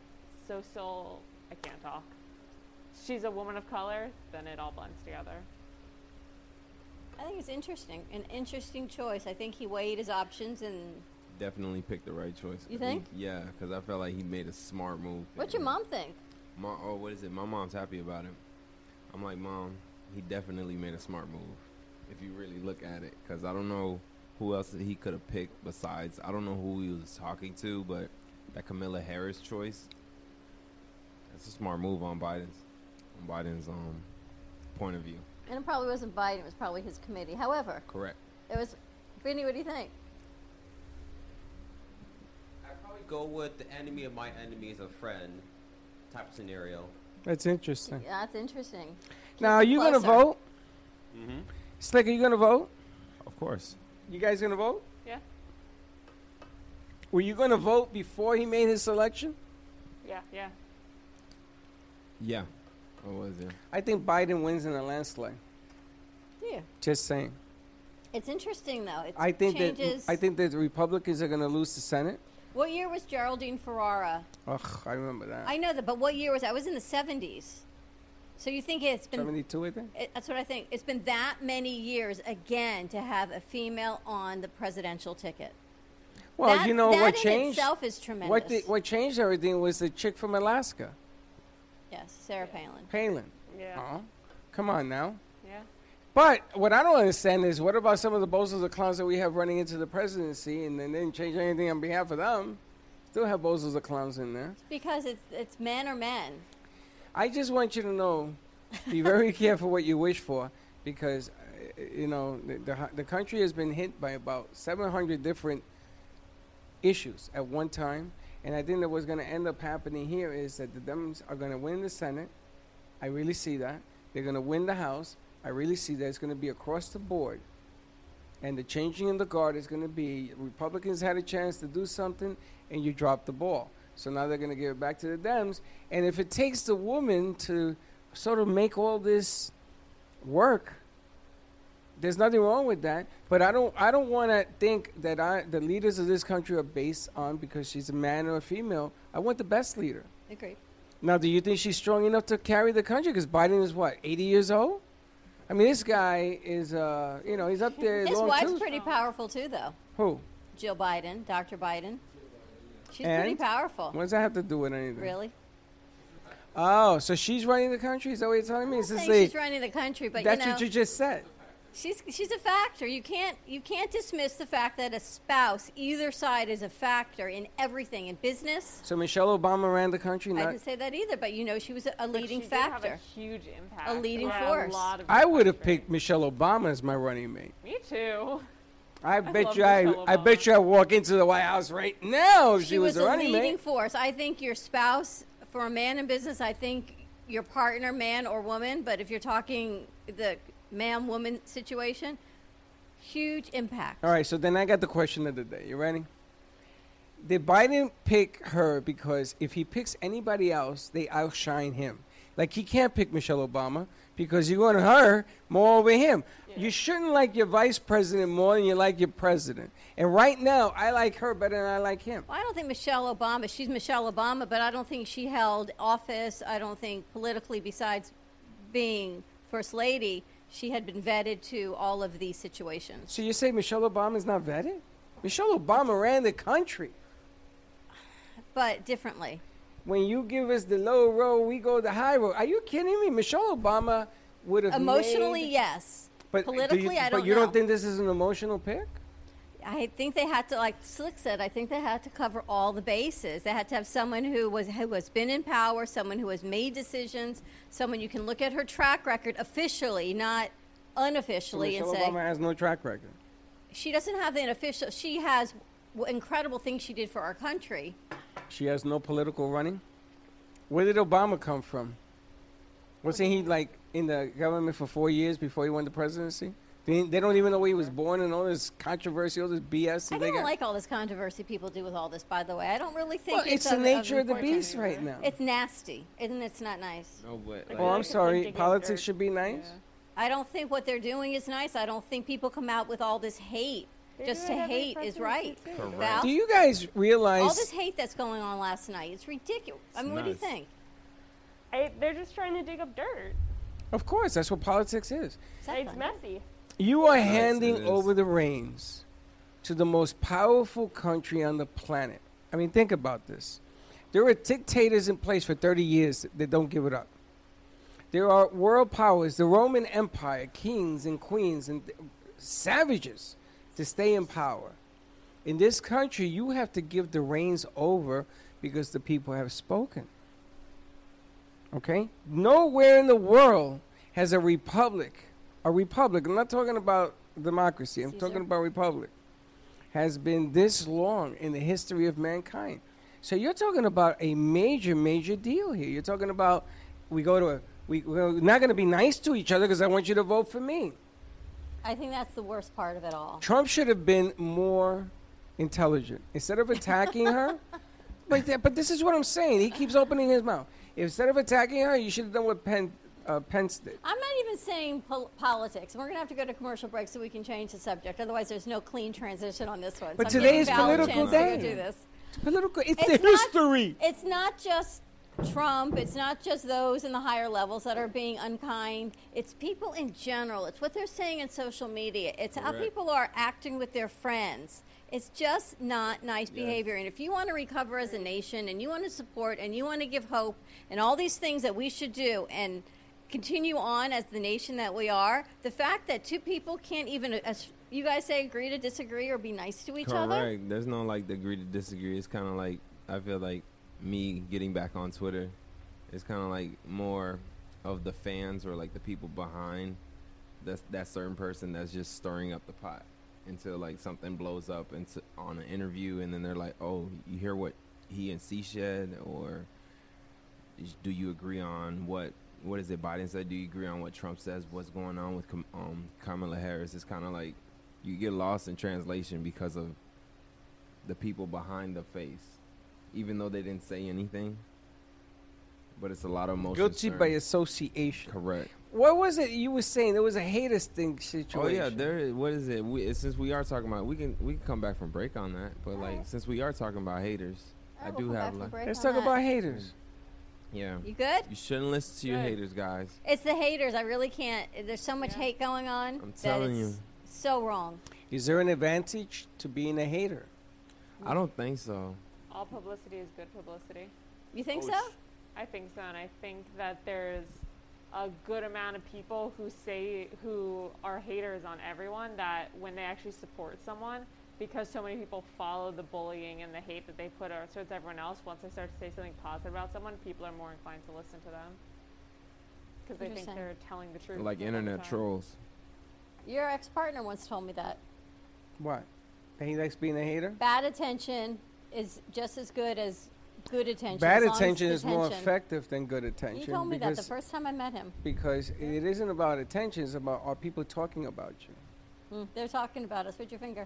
S6: social. I can't talk. She's a woman of color. Then it all blends together.
S2: I think it's interesting. An interesting choice. I think he weighed his options and.
S7: Definitely picked the right choice.
S2: You
S7: I
S2: think?
S7: yeah, because I felt like he made a smart move.
S2: What's your
S7: And
S2: mom think?
S7: My, oh, what is it? My mom's happy about it. I'm like, mom, he definitely made a smart move. If you really look at it, because I don't know who else he could have picked besides. I don't know who he was talking to, but that Camilla Harris choice. That's a smart move on Biden's, on Biden's um point of view.
S2: And it probably wasn't Biden. It was probably his committee. However,
S7: Correct.
S2: it was. Vinny, what do you think?
S3: I'd probably go with the enemy of my enemy is a friend type of scenario.
S1: That's interesting.
S2: That's interesting.
S1: Now, are you going to
S2: closer.
S1: vote?
S3: Mm-hmm.
S1: Slick, are you going to vote?
S7: Of course.
S1: You guys going to vote?
S6: Yeah.
S1: Were you going to vote before he made his selection?
S6: Yeah, yeah.
S7: Yeah. I was yeah.
S1: I think Biden wins in a landslide.
S2: Yeah.
S1: Just saying.
S2: It's interesting though. It
S1: I think
S2: changes.
S1: that I think that the Republicans are going to lose the Senate.
S2: what year was Geraldine Ferrara?
S1: Ugh, I remember that.
S2: I know that, but what year was that? It was in the seventies. So you think it's been?
S1: Seventy-two, I think.
S2: It, that's what I think. It's been that many years again to have a female on the presidential ticket.
S1: Well,
S2: that,
S1: you know
S2: that
S1: what
S2: in
S1: changed?
S2: itself is tremendous.
S1: What did, what changed everything was the chick from Alaska,
S2: yes, Sarah Palin.
S1: Palin.
S6: Yeah.
S1: Oh, come on now.
S6: Yeah.
S1: But what I don't understand is what about some of the bozos of clowns that we have running into the presidency and then they didn't change anything on behalf of them? Still have bozos of clowns in there.
S2: Because it's it's men or men.
S1: I just want you to know, be very careful what you wish for, because uh, you know the, the hu- the country has been hit by about 700 different issues at one time, and I think that what's going to end up happening here is that the Dems are going to win the Senate. I really see that they're going to win the House. I really see that it's going to be across the board. And the changing in the guard is going to be Republicans had a chance to do something, and you dropped the ball. So now they're going to give it back to the Dems. And if it takes the woman to sort of make all this work, there's nothing wrong with that. But I don't, I don't want to think that I, the leaders of this country are based on because she's a man or a female. I want the best leader.
S2: Agreed.
S1: Now, do you think she's strong enough to carry the country? Because Biden is what, 80 years old? I mean, this guy is, uh, you know, he's up there.
S2: His
S1: long
S2: wife's
S1: too.
S2: pretty powerful too, though.
S1: Who?
S2: Jill Biden, Dr. Biden. She's pretty
S1: And?
S2: powerful.
S1: What does that have to do with anything?
S2: Really?
S1: Oh, so she's running the country? Is that what you're telling me? Is
S2: I
S1: this
S2: think
S1: a,
S2: she's running the country, but
S1: that's
S2: you know,
S1: what you just said.
S2: she's she's a factor. You can't you can't dismiss the fact that a spouse, either side, is a factor in everything in business.
S1: So Michelle Obama ran the country?
S2: I
S1: Not,
S2: didn't say that either, but you know, she was a, a
S6: But
S2: leading
S6: she did have
S2: factor.
S6: a huge impact.
S2: A leading
S6: on
S2: force.
S6: A lot of
S1: I
S6: the
S1: would have
S6: country.
S1: picked Michelle Obama as my running mate.
S6: Me too.
S1: I, bet
S6: love
S1: you I,
S6: Michelle
S1: I bet
S6: Obama.
S1: you I walk into the White House right now if she,
S2: she was,
S1: a
S2: a
S1: running
S2: leading
S1: mate.
S2: force. I think your spouse, for a man in business, I think your partner, man or woman, but if you're talking the man woman situation, huge impact.
S1: All right, so then I got the question of the day. You ready? Did Biden pick her because if he picks anybody else, they outshine him? Like he can't pick Michelle Obama because you want her more over him. You shouldn't like your vice president more than you like your president. And right now, I like her better than I like him.
S2: Well, I don't think Michelle Obama, she's Michelle Obama, but I don't think she held office. I don't think politically, besides being first lady, she had been vetted to all of these situations.
S1: So you say Michelle Obama is not vetted? Michelle Obama ran the country.
S2: But differently.
S1: When you give us the low road, we go the high road. Are you kidding me? Michelle Obama would have
S2: Emotionally,
S1: made-
S2: yes.
S1: But do you-
S2: Politically, I don't
S1: But you
S2: know.
S1: don't think this is an emotional pick?
S2: I think they had to, like Slick said, I think they had to cover all the bases. They had to have someone who was who has been in power, someone who has made decisions, someone you can look at her track record officially, not unofficially,
S1: Michelle
S2: and say
S1: Obama has no track record.
S2: she doesn't have an official. She has w- incredible things she did for our country.
S1: She has no political running. Where did Obama come from? Wasn't he like in the government for four years before he won the presidency? They, they don't even know where he was born and all this controversy, all this BS. that
S2: I
S1: they
S2: don't
S1: got.
S2: like all this controversy people do with all this. By the way, I don't really think
S1: Well, it's the
S2: of-
S1: nature of the
S2: importance.
S1: beast right now.
S2: It's nasty, and it's not nice.
S7: No, but
S6: Like,
S1: oh, I'm
S6: it's
S1: sorry.
S6: digging dirt.
S1: Politics should be nice.
S6: Yeah.
S2: I don't think what they're doing is nice. I don't think people come out with all this hate
S4: They
S2: just
S4: do
S2: to
S4: it every
S2: hate is
S4: presidency,
S2: right.
S4: too.
S7: Correct.
S2: Val?
S1: Do you guys realize?
S2: all this hate that's going on last night. It's ridiculous. I
S7: It's
S2: mean, what do you
S7: nuts.
S2: think?
S4: I, they're just trying to dig up dirt.
S1: of course, that's what politics is.
S2: Is that
S4: It's
S2: fun?
S4: messy.
S1: You are
S7: Yes, it
S1: handing
S7: is.
S1: over the reins to the most powerful country on the planet. I mean, think about this. There are dictators in place for 30 years that don't give it up. There are world powers, the Roman Empire, kings and queens and th- savages to stay in power. In this country, you have to give the reins over because the people have spoken. Okay? Nowhere in the world has a republic, a republic, I'm not talking about democracy, I'm
S2: Caesar.
S1: talking about republic, has been this long in the history of mankind. So you're talking about a major, major deal here. You're talking about we go to a, we, we're not going to be nice to each other because I want you to vote for me.
S2: I think that's the worst part of it all.
S1: Trump should have been more intelligent instead of attacking her. But th- but this is what I'm saying. He keeps opening his mouth. Instead of attacking her, you should have done what Pen, uh, Pence did.
S2: I'm not even saying pol- politics. We're going to have to go to commercial break so we can change the subject. Otherwise, there's no clean transition on this one.
S1: But
S2: so I'm
S1: today
S2: giving
S1: is
S2: Val a
S1: political
S2: chance to go
S1: day.
S2: do this.
S1: It's political. It's, the
S2: It's not-
S1: history.
S2: It's not just Trump. It's not just those in the higher levels that are being unkind. It's people in general. It's what they're saying in social media. It's how
S7: Correct.
S2: people are acting with their friends. It's just not nice behavior. And if you want to recover as a nation and you want to support and you want to give hope and all these things that we should do and continue on as the nation that we are, the fact that two people can't even, as you guys say, agree to disagree or be nice to each other.
S7: Correct. There's no like the agree to disagree. It's kind of like I feel like me getting back on Twitter. It's kind of like more of the fans or like the people behind that that certain person that's just stirring up the pot until like something blows up into on an interview and then they're like, oh, you hear what he and C said or is- do you agree on what what is it Biden said? Do you agree on what Trump says? What's going on with Kam- um, Kamala Harris? It's kind of like you get lost in translation because of the people behind the face, even though they didn't say anything. But it's a lot of emotion.
S1: Guilty by
S7: stirring.
S1: association.
S7: correct.
S1: What was it you were saying? There was a haters thing situation.
S7: Oh yeah, there. Is, what is it? We, since we are talking about, we can we can come back from break on that. But like, since we are talking about haters, I
S2: Alright, we'll
S7: do
S2: come back
S7: have
S2: from
S7: like,
S2: break
S1: Let's
S2: on
S1: talk
S2: that.
S1: about haters.
S7: yeah.
S2: You good?
S7: You shouldn't listen to your
S6: Good.
S7: haters, guys.
S2: It's the haters. I really can't. There's so much
S6: Yeah.
S2: hate going on.
S7: I'm telling
S2: that it's
S7: you.
S2: So wrong.
S1: Is there an advantage to being a hater?
S7: I don't think so.
S6: All publicity is good publicity.
S2: You think
S3: Oh,
S2: so?
S3: sh-
S6: I think so, and I think that there's a good amount of people who say who are haters on everyone that when they actually support someone, because so many people follow the bullying and the hate that they put out towards everyone else. Once they start to say something positive about someone, people are more inclined to listen to them because they think
S2: Interesting.
S6: they're telling the truth.
S7: Like
S6: all the
S7: internet
S6: time.
S7: trolls.
S2: Your ex partner once told me that.
S1: What? That he likes being a hater.
S2: Bad attention is just as good as good attention.
S1: Bad
S2: as long as
S1: attention
S2: it's
S1: is more
S2: attention.
S1: effective than good attention.
S2: He told me that
S1: because,
S2: the first time I met him.
S1: because it isn't about attention. It's about are people talking about you? Hmm.
S2: Mm, They're talking about us. With your finger.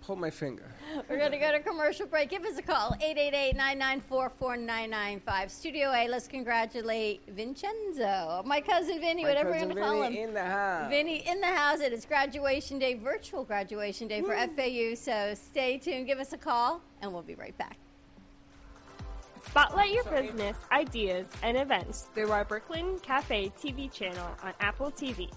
S1: Pull my finger.
S2: We're going to go to commercial break. Give us a call 888 994 4995. Studio A, let's congratulate Vincenzo, my cousin Vinny,
S1: My
S2: whatever we're
S1: cousin
S2: going to call him.
S1: Vinny in the house.
S2: Vinny in the house. It is graduation day, virtual graduation day for FAU. So stay tuned. Give us a call, and we'll be right back.
S4: Spotlight your business, ideas, and events through our Brooklyn Cafe TV channel on Apple TV.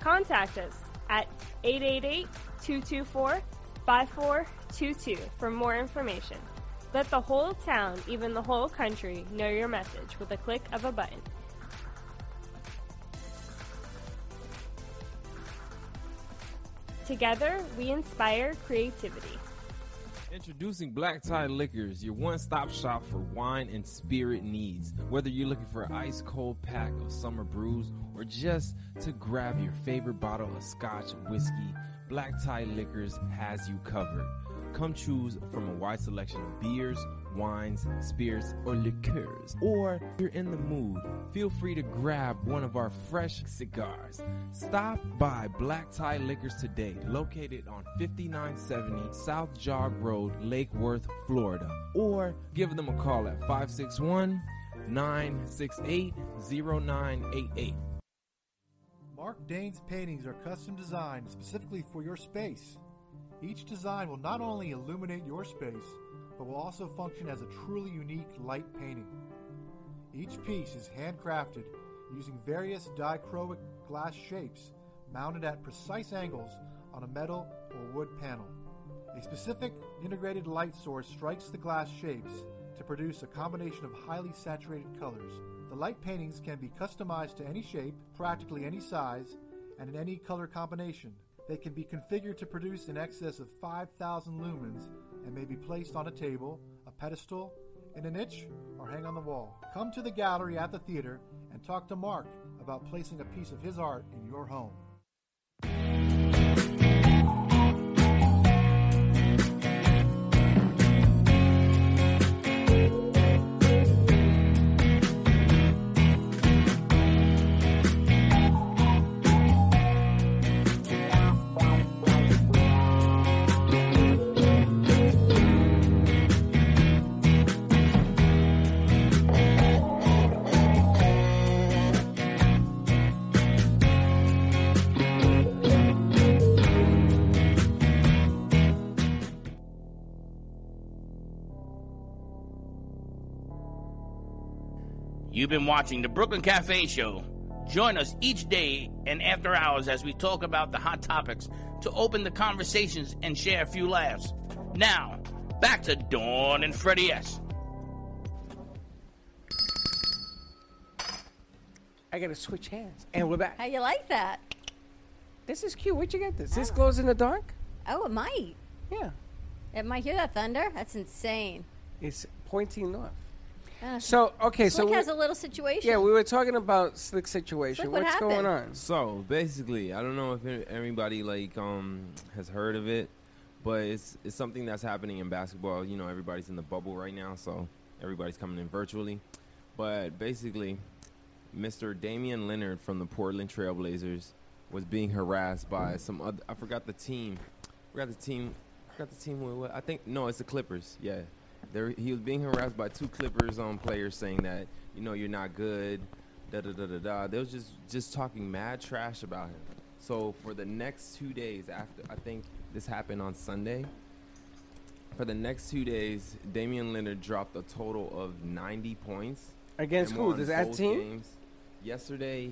S4: Contact us at 888-224-5422 for more information. Let the whole town, even the whole country, know your message with a click of a button. Together, we inspire creativity.
S7: Introducing Black Tie Liquors, your one stop shop for wine and spirit needs. Whether you're looking for an ice cold pack of summer brews or just to grab your favorite bottle of scotch whiskey, Black Tie Liquors has you covered. Come choose from a wide selection of beers, wines, spirits, or liqueurs. Or if you're in the mood, feel free to grab one of our fresh cigars. Stop by Black Tie Liquors today, located on 5970 South Jog Road, Lake Worth, Florida. Or give them a call at 561 968 0988.
S8: Mark Dane's paintings are custom designed specifically for your space. Each design will not only illuminate your space, but will also function as a truly unique light painting. Each piece is handcrafted using various dichroic glass shapes mounted at precise angles on a metal or wood panel. A specific integrated light source strikes the glass shapes to produce a combination of highly saturated colors. The light paintings can be customized to any shape, practically any size, and in any color combination. They can be configured to produce in excess of 5,000 lumens and may be placed on a table, a pedestal, in a niche, or hang on the wall. Come to the gallery at the theater and talk to Mark about placing a piece of his art in your home.
S9: You've been watching the Brooklyn Cafe Show. Join us each day and after hours as we talk about the hot topics to open the conversations and share a few laughs. Now, back to Dawn and Freddie S.
S1: I gotta switch hands, and we're back.
S2: How you like that?
S1: This is cute. Where'd you get this? This glows in the dark?
S2: Oh, it might.
S1: Yeah,
S2: It might hear that thunder. That's insane.
S1: it's pointing north.
S2: Uh,
S1: So okay, so
S2: Slick
S1: we-
S2: has a little situation.
S1: yeah, we were talking about slick situation.
S2: Slick, what
S1: What's going
S2: happened?
S1: on?
S7: So basically, I don't know if any- everybody like um has heard of it, but it's it's something that's happening in basketball. You know, everybody's in the bubble right now, so everybody's coming in virtually. But basically, Mr. Damian Leonard from the Portland Trailblazers was being harassed by some other. I forgot the team. I forgot the team. I forgot the team. With what? I think no, it's the Clippers. Yeah, there he was being harassed by two Clippers um players saying that you know you're not good. Da da da da da. They was just just talking mad trash about him. So for the next two days after, I think this happened on Sunday. For the next two days, Damian Leonard dropped a total of 90 points.
S1: Against
S7: And
S1: who?
S7: won
S1: Does that
S7: both
S1: team?
S7: games. Yesterday,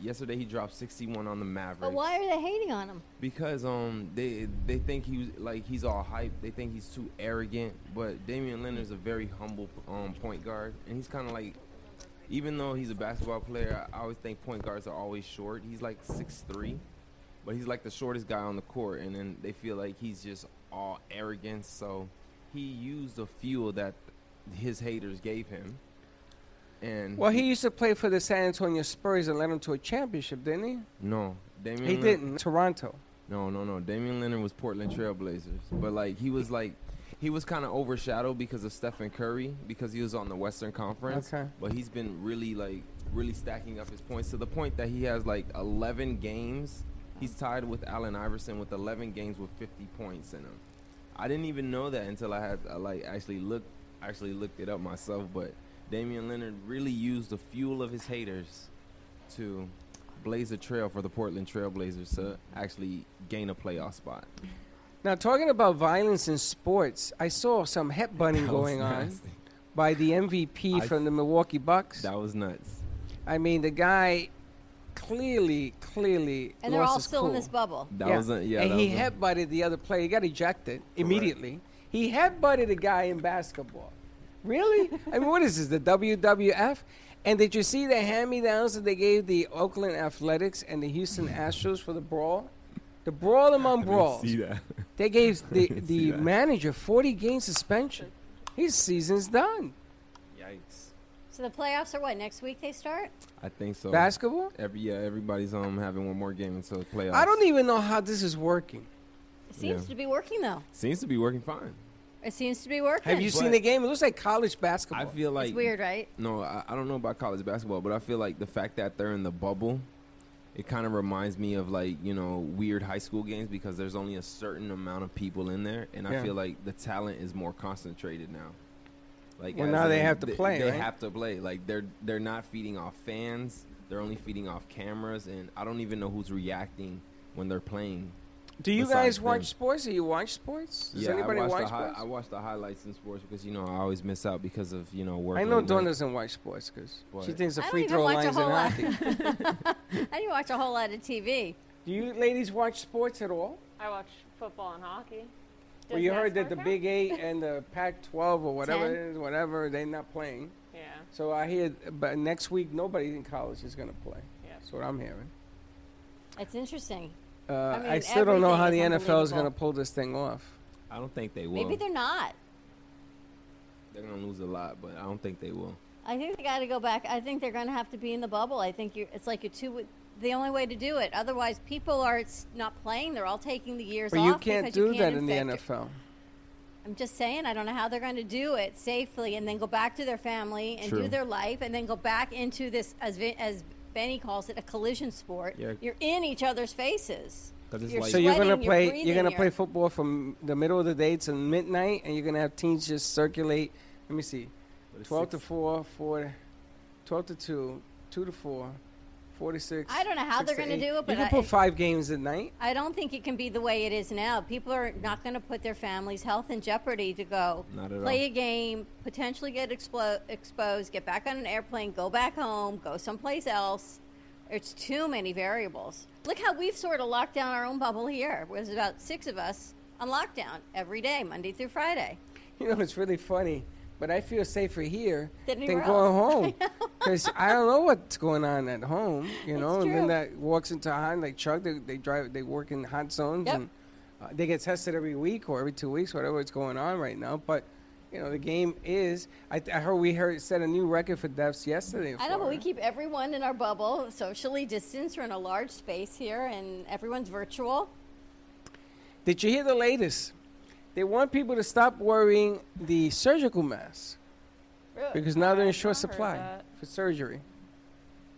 S7: yesterday he dropped 61 on the Mavericks.
S2: But why are they hating on him?
S7: Because um they they think he was like he's all hype. They think he's too arrogant. But Damian Leonard's a very humble um point guard, and he's kind of like, even though he's a basketball player, I always think point guards are always short. He's like six three, but he's like the shortest guy on the court, and then they feel like he's just all arrogance. So he used the fuel that his haters gave him. And
S1: Well, he used to play for the San Antonio Spurs and led them to a championship, didn't he?
S7: no Damian
S1: He
S7: Leonard-
S1: didn't. Toronto.
S7: No, no, no. Damian Leonard was Portland Trailblazers, but like he was like he was kind of overshadowed because of Stephen Curry because he was on the Western Conference.
S1: Okay.
S7: But he's been really like really stacking up his points to the point that he has like 11 games. He's tied with Allen Iverson with 11 games with 50 points in him. I didn't even know that until I had I, like actually looked actually looked it up myself. But Damian Leonard really used the fuel of his haters to blaze a trail for the Portland Trailblazers to actually gain a playoff spot.
S1: Now, talking about violence in sports, I saw some head bunning
S7: That was
S1: going on
S7: nasty.
S1: by the MVP
S7: I-
S1: from the Milwaukee Bucks.
S7: That was nuts.
S1: I mean, the guy clearly, clearly
S2: And they're
S1: lost
S2: all
S1: his
S2: still in
S1: cool.
S2: this bubble.
S7: That was a, yeah.
S1: and
S7: that
S1: he
S7: was a-
S1: headbutted the other player. He got ejected immediately. He headbutted a guy in basketball. Really? I mean, what is this? The WWF? And did you see the hand-me-downs that they gave the Oakland Athletics and the Houston Astros for the brawl? The brawl among brawls.
S7: See that?
S1: They gave the,
S7: didn't see
S1: the
S7: that.
S1: manager 40 game suspension. His season's done.
S7: Yikes!
S2: So the playoffs are what next week? They start.
S7: I think so.
S1: Basketball?
S7: Every yeah, everybody's um having one more game until the playoffs.
S1: I don't even know how this is working.
S2: It seems
S7: Yeah.
S2: to be working though.
S7: Seems to be working fine.
S2: It seems to be working.
S1: Have you seen
S7: But-
S1: the game? It looks like college
S7: I
S1: basketball.
S7: feel like
S2: It's weird, right?
S7: No, I, I don't know about college basketball, but I feel like the fact that they're in the bubble, it kind of reminds me of like you know weird high school games because there's only a certain amount of people in there, and
S1: Yeah.
S7: I feel like the talent is more concentrated now. Like
S1: Well,
S7: as
S1: now they
S7: in
S1: have to
S7: they,
S1: play,
S7: They
S1: right?
S7: have to play. Like they're they're not feeding off fans. They're only feeding off cameras, and I don't even know who's reacting when they're playing.
S1: Do you
S7: besides
S1: guys watch
S7: them.
S1: sports? Do you watch sports? Does
S7: yeah,
S1: anybody
S7: I watch
S1: watch
S7: the hi-
S1: sports?
S7: I watch the highlights in sports because you know I always miss out because of you know work.
S1: I know
S7: late
S1: Dawn
S7: night.
S1: doesn't watch sports because she
S7: What?
S1: thinks the
S2: I don't
S1: free
S2: even
S1: throw
S2: watch a
S1: lines in
S2: whole lot.
S1: hockey.
S2: I didn't watch a whole lot of TV.
S1: Do you ladies watch sports at all?
S6: I watch football and hockey.
S1: well,
S6: Does
S1: you heard that
S6: NASCAR
S1: the
S6: count?
S1: Big Eight and the Pac-12 or whatever,
S2: Ten.
S1: it is, whatever, they're not playing.
S6: Yeah,
S1: So I hear, but next week nobody in college is going to play.
S6: yeah.
S1: That's what I'm hearing.
S2: It's interesting.
S1: Uh, I,
S2: mean,
S1: still don't know how the
S2: everything is
S1: NFL is going to
S2: unbelievable.
S1: pull this thing off.
S7: I don't think they will.
S2: Maybe they're not.
S7: They're gonna lose a lot, but I don't think they will.
S2: I think they got to go back. I think they're going to have to be in the bubble. I think you're, it's like you're too. The only way to do it, otherwise, people are s- not playing. They're all taking the years
S1: But
S2: off.
S1: you can't
S2: because
S1: do
S2: you
S1: that
S2: can't
S1: in the
S2: infect-
S1: NFL.
S2: I'm just saying, I don't know how they're going to do it safely, and then go back to their family and
S7: True.
S2: do their life, and then go back into this as Vin, as Benny calls it, a collision sport.
S7: Yeah.
S2: You're in each other's faces.
S7: 'Cause it's
S2: You're
S7: like-
S1: So you're
S2: sweating,
S1: gonna play. You're,
S2: breathing,
S1: gonna play football from the middle of the day to midnight, and you're gonna have teams just circulate. Let me see.
S7: But it's
S1: 12 to
S7: six-
S1: 4, 4 12 to 2, 2 to 4, 46.
S2: I don't know how
S1: six
S2: they're gonna
S1: eight.
S2: do it,
S1: You
S2: but
S1: can
S2: I-
S1: put five games at night.
S2: I don't think it can be the way it is now. People are not going to put their family's health in jeopardy to go
S7: Not at
S2: play
S7: all.
S2: a game, potentially get explo- exposed, get back on an airplane, go back home, go someplace else. It's too many variables. Look how we've sort of locked down our own bubble here. There's about six of us on lockdown every day, Monday through Friday.
S1: You know, it's really funny, but I feel safer here
S2: Than
S1: than,
S2: anywhere
S1: going
S2: else.
S1: home because I don't know what's going on at home. You know, and
S2: true.
S1: then that walks into a hot like truck. They, they drive. They work in hot zones,
S2: Yep.
S1: and uh, they get tested every week or every two weeks, whatever is going on right now. But you know, the game is. I, I heard we heard set a new record for deaths yesterday. in
S2: I know, but we
S1: Florida.
S2: keep everyone in our bubble, socially distanced. We're in a large space here, and everyone's virtual.
S1: Did you hear the latest? They want people to stop wearing the surgical masks
S6: Really?
S1: because now they're
S6: I
S1: in
S6: have
S1: short
S6: not heard
S1: supply
S6: that.
S1: for surgery.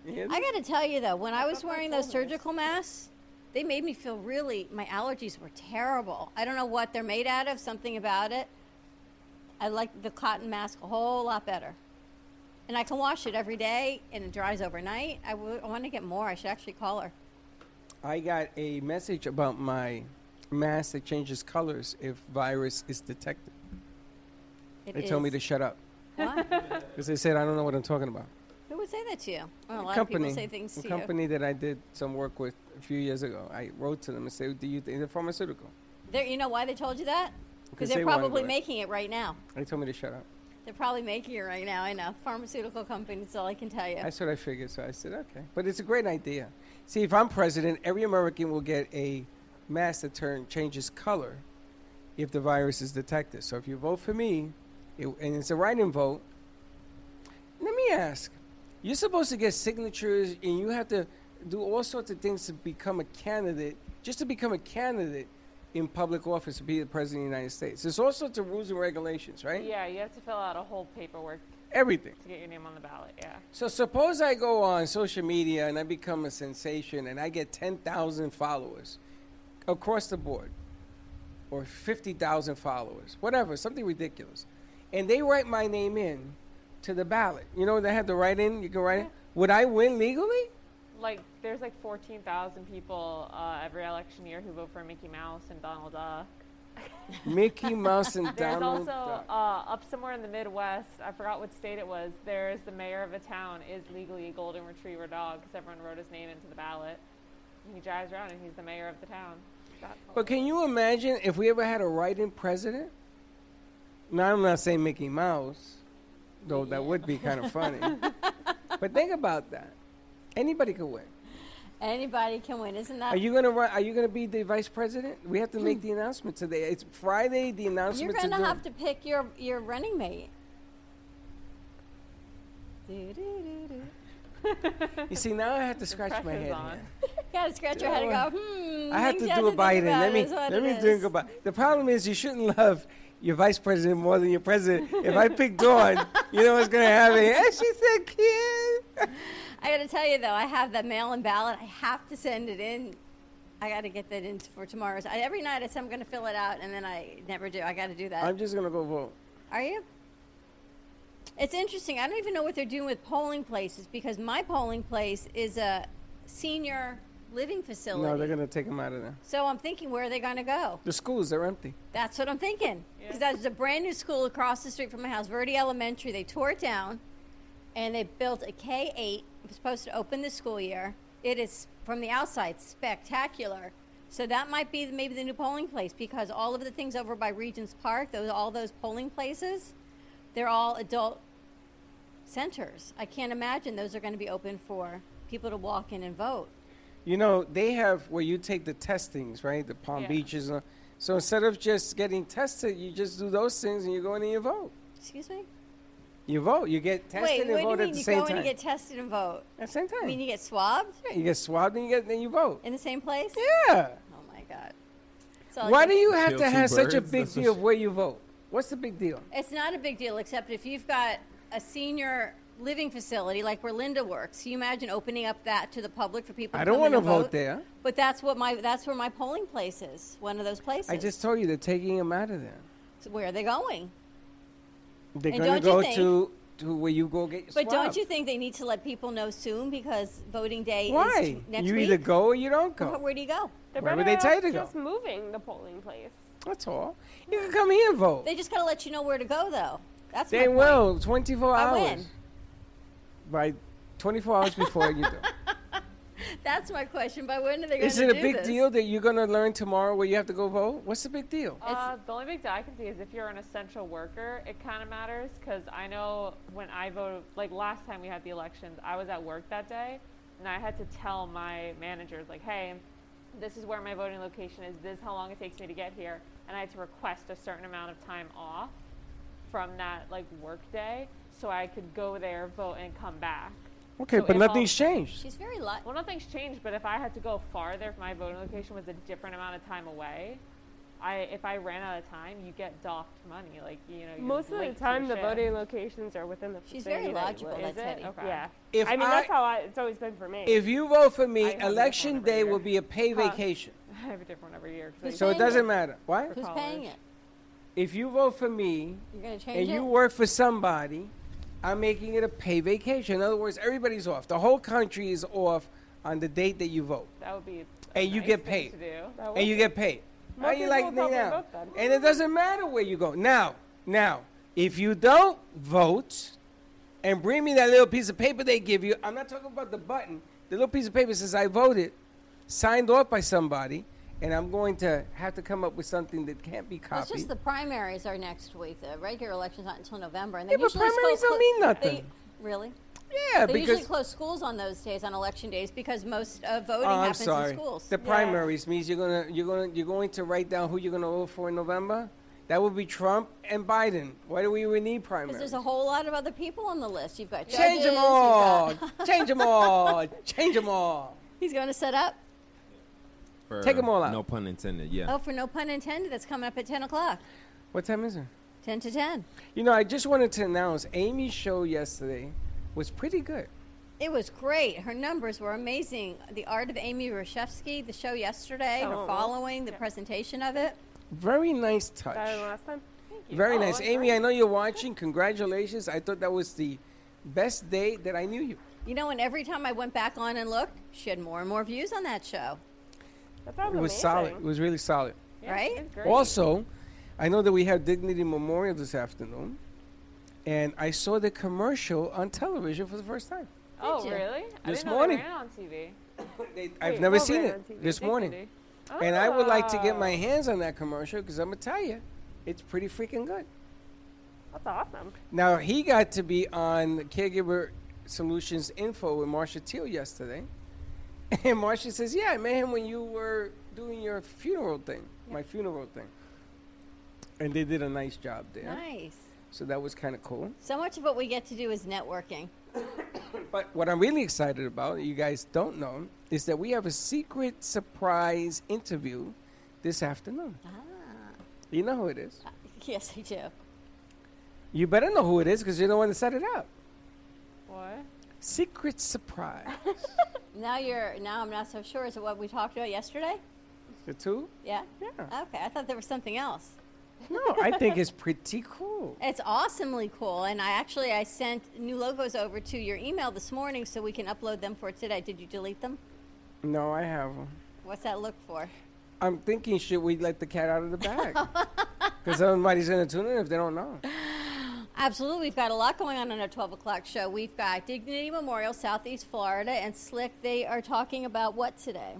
S1: You hear
S2: I
S1: that?
S2: got to tell you though, when I was
S6: thought my
S2: wearing those
S6: shoulders.
S2: surgical masks, they made me feel really. My allergies were terrible. I don't know what they're made out of. Something about it. I like the cotton mask a whole lot better, and I can wash it every day, and it dries overnight. I want to get more. I should actually call her.
S1: I got a message about my mask that changes colors if virus is detected.
S2: It
S1: They told me
S2: is-
S1: to shut up
S2: Why?
S1: because they said I don't know what I'm talking about.
S2: Who would say that to you? Well, a
S1: A
S2: lot
S1: company,
S2: of people say things
S1: a
S2: to you.
S1: company that I did some work with a few years ago. I wrote to them and said, "Do you think they're pharmaceutical?"
S2: They're, you know why they told you that? Because
S1: Because
S2: they're
S1: they wanted
S2: probably
S1: it.
S2: making it right now.
S1: They told me to shut up.
S2: They're probably making it right now. I know. Pharmaceutical companies, all I can tell you.
S1: That's what I figured. So I said, "Okay," but it's a great idea. See, if I'm president, every American will get a mask that turn changes color if the virus is detected. So if you vote for me, it, and it's a write-in vote, let me ask: You're supposed to get signatures, and you have to do all sorts of things to become a candidate. Just to become a candidate in public office to be the president of the United States, there's all sorts of rules and regulations, right?
S6: Yeah, you have to fill out a whole paperwork
S1: Everything.
S6: to get your name on the ballot. Yeah.
S1: So suppose I go on social media and I become a sensation and I get 10,000 followers across the board or 50,000 followers, whatever, something ridiculous. And they write my name in to the ballot. You know, they have to write in, you can write in. Would I win legally?
S6: Like, there's like 14,000 people uh, every election year who vote for Mickey Mouse and Donald Duck.
S1: Mickey Mouse and
S6: There's
S1: Donald
S6: also
S1: Duck.
S6: uh, up somewhere in the Midwest. I forgot what state it was. There is the mayor of a town is legally a golden retriever dog because everyone wrote his name into the ballot. And he drives around and he's the mayor of the town. That's
S1: But can you imagine if we ever had a write-in president? Now I'm not saying Mickey Mouse, though that would be kind of funny. but think about that. Anybody could win.
S2: Anybody can win, isn't that?
S1: Are you gonna run, Are you gonna be the vice president? We have to make the announcement today. It's Friday. The
S2: You're
S1: announcement.
S2: going to
S1: do.
S2: have to pick your, your running mate. Do-do-do-do.
S1: You see, now I have to scratch my
S6: pressure's
S1: head.
S6: on.
S1: here.
S2: Gotta scratch your head and go, hmm.
S1: I have
S2: things
S1: to
S2: you
S1: do a
S2: think
S1: Biden.
S2: about
S1: Let me
S2: is what
S1: let
S2: it
S1: me
S2: is.
S1: do a Biden. The problem is you shouldn't love your vice president more than your president. if I pick Dawn, you know what's gonna happen? And she's a kid.
S2: I gotta tell you though, I have that mail in ballot. I have to send it in. I gotta get that in for tomorrow's. I, every night I say I'm gonna fill it out, and then I never do. I gotta do that.
S1: I'm just gonna go vote.
S2: Are you? It's interesting. I don't even know what they're doing with polling places because my polling place is a senior living facility.
S1: No, they're gonna take him out of there.
S2: so I'm thinking, where are they gonna go?
S1: The schools are empty.
S2: That's what I'm thinking. Because there's a brand new school across the street from my house, Verde Elementary. They tore it down and they built a K 8. It was supposed to open this school year. It is, from the outside, spectacular. So that might be maybe the new polling place because all of the things over by Regent's Park, those, all those polling places, they're all adult centers. I can't imagine those are going to be open for people to walk in and vote.
S1: You know, they have where you take the testings, right? The Palm
S6: Yeah.
S1: Beaches. and- So instead of just getting tested, you just do those things and you go in and you vote.
S2: Excuse me?
S1: You vote. You get
S2: Wait,
S1: tested
S2: what
S1: and vote
S2: do you
S1: at
S2: mean?
S1: the
S2: You
S1: same
S2: go in
S1: time. Hmm.
S2: and get tested and vote?
S1: at the same time.
S2: I mean, you get swabbed
S1: yeah, you get swabbed and you get then you vote.
S2: in the same place?
S1: Yeah.
S2: Oh my god. It's all
S1: Why
S2: good.
S1: do you have
S7: Kill
S1: to
S7: two
S1: have such a
S7: birds?
S1: big
S7: That's what
S1: deal of
S7: she-
S1: where you vote? What's the big deal?
S2: It's not a big deal, except if you've got a senior living facility like where Linda works. You imagine opening up that to the public for people. To
S1: I don't
S2: want to
S1: vote, there.
S2: But that's what my that's where my polling place is. One of those places.
S1: I just told you they're taking him out of there.
S2: So where are they going?
S1: They're
S2: And
S1: going to
S2: don't you
S1: go to to where you go get your
S2: But
S1: swab.
S2: don't you think they need to let people know soon because voting day
S1: Why?
S2: is next
S1: you
S2: week?
S1: either go or you don't
S2: Where-
S1: go.
S2: Where do you go?
S4: They're
S1: Where would
S4: better
S1: they tell you
S4: off
S1: to go?
S4: Just moving the polling place.
S1: That's all. You can come here and vote.
S2: They just gotta let you know where to go, though. That's my
S1: They
S2: point.
S1: will. 24
S2: By
S1: hours.
S2: when?
S1: By 24 hours before you do.
S2: That's my question. By when are they going to do
S1: Is it a big
S2: this?
S1: deal that you're going to learn tomorrow where you have to go vote? What's the big deal?
S6: Uh, the only big deal I can see is if you're an essential worker, it kind of matters because I know when I voted, like last time we had the elections, I was at work that day and I had to tell my managers, like, hey, this is where my voting location is, this is how long it takes me to get here. And I had to request a certain amount of time off from that like work day so I could go there, vote, and come back.
S1: Okay,
S6: so
S1: but
S6: if
S1: nothing's
S6: I'll-
S1: changed.
S2: She's very li
S6: Well, nothing's changed, but if I had to go farther, if my voting location was a different amount of time away, I if I ran out of time, you get docked money. Like you know, you're
S4: Most of
S6: late
S4: the
S6: to
S4: time, the
S6: your shift.
S4: voting locations are within the.
S2: She's very
S4: vicinity that you
S2: logical,
S4: live.
S2: that's
S4: Is it?
S2: Hetty.
S6: Okay.
S4: Yeah.
S1: If
S4: I mean,
S1: I-
S4: that's how I, it's always been for me.
S1: If you vote for
S6: I
S1: me,
S6: have a
S1: election
S6: different
S1: day
S6: reader.
S1: will be a pay
S6: Huh.
S1: vacation.
S6: I have a different every year. 'cause I
S2: Who's
S1: So
S2: Paying
S1: it doesn't
S2: it.
S1: matter. What?
S2: Who's
S6: college.
S2: paying it?
S1: If you vote for me
S2: You're going to
S1: and
S2: change
S1: you
S2: it?
S1: work for somebody, I'm making it a pay vacation. In other words, everybody's off. The whole country is off on the date that you vote.
S6: that would be. a
S1: And you
S6: nice
S1: get
S6: thing
S1: paid.
S6: To do.
S4: That
S1: and you
S4: works.
S1: get paid.
S4: More
S1: How you
S4: people
S1: like
S4: will probably
S1: now?
S4: vote then.
S1: And it doesn't matter where you go. Now, now, if you don't vote and bring me that little piece of paper they give you, I'm not talking about the button. The little piece of paper says I voted, signed off by somebody, and I'm going to have to come up with something that can't be copied.
S2: It's just the primaries are next week. The regular election's not until November, and they
S1: Yeah, but
S2: usually
S1: primaries
S2: schools
S1: don't
S2: clo-
S1: mean
S2: they-
S1: nothing.
S2: really?
S1: yeah,
S2: They usually
S1: because
S2: close schools on those days, on election days, because most uh, voting
S1: Oh, I'm
S2: happens
S1: sorry.
S2: in schools.
S1: The primaries means you're gonna you're gonna you're going to write down who you're gonna vote for in November. That would be Trump and Biden. Why do we even need
S2: because
S1: primaries?
S2: there's a whole lot of other people on the list. You've got judges.
S1: Change them
S2: you've
S1: all.
S2: got-
S1: Change them all. Change them all.
S2: He's going to set up.
S7: For,
S1: Take 'em all out.
S7: No pun intended. Yeah.
S2: Oh, for no pun intended, that's coming up at 10 o'clock.
S1: What time is it?
S2: 10 to 10.
S1: You know, I just wanted to announce Amy's show yesterday was pretty good.
S2: It was great. Her numbers were amazing. The art of Amy Reshevsky, the show yesterday,
S4: Oh,
S2: her
S4: well.
S2: following, the presentation of it.
S1: Very nice
S4: Better than
S1: touch.
S4: last time.
S1: Very
S6: Oh,
S1: nice.
S6: that's
S1: Amy, I know you're watching. Congratulations. I thought that was the best day that I knew you.
S2: You know, and every time I went back on and looked, she had more and more views on that show,
S4: That sounds
S1: It was solid. It
S4: amazing.
S1: was really solid.
S2: right?
S6: Great.
S1: Also, I know that we have Dignity Memorial this afternoon, and I saw the commercial on television for the first time.
S6: oh
S2: you?
S6: really? I
S1: This
S6: didn't know
S1: morning.
S6: They ran on TV.
S1: They- I've
S4: Wait,
S1: never
S4: what
S1: seen
S4: ran on
S1: it
S4: TV?
S1: this morning.
S6: Dignity.
S1: And I would like to get my
S6: Oh.
S1: hands on that commercial because I'm gonna tell you, it's pretty freaking good.
S4: That's awesome.
S1: Now he got to be on Caregiver Solutions Info with Marsha Teal yesterday, and Marsha says, "Yeah, I met him when you were doing your funeral thing, my funeral thing." And they did a nice job there,
S2: Nice.
S1: so that was kind of cool.
S2: So much of what we get to do is networking.
S1: But what I'm really excited about, you guys don't know, is that we have a secret surprise interview this afternoon. You know who it is.
S2: Yes, I do.
S1: You better know who it is because you're the one that set it up.
S6: What?
S1: Secret surprise.
S2: Now you're now I'm not so sure. Is it what we talked about yesterday?
S1: the two?
S2: Yeah?
S1: Yeah.
S2: Okay. I thought there was something else.
S1: No, I think it's pretty cool.
S2: It's awesomely cool. And I actually I sent new logos over to your email this morning so we can upload them for today. Did you delete them?
S1: No, I have one.
S2: What's that look for?
S1: I'm thinking, should we let the cat out of the bag? Because somebody's going to tune in if they don't know.
S2: Absolutely. We've got a lot going on on our 12 o'clock show. We've got Dignity Memorial, Southeast Florida, and Slick. They are talking about what today?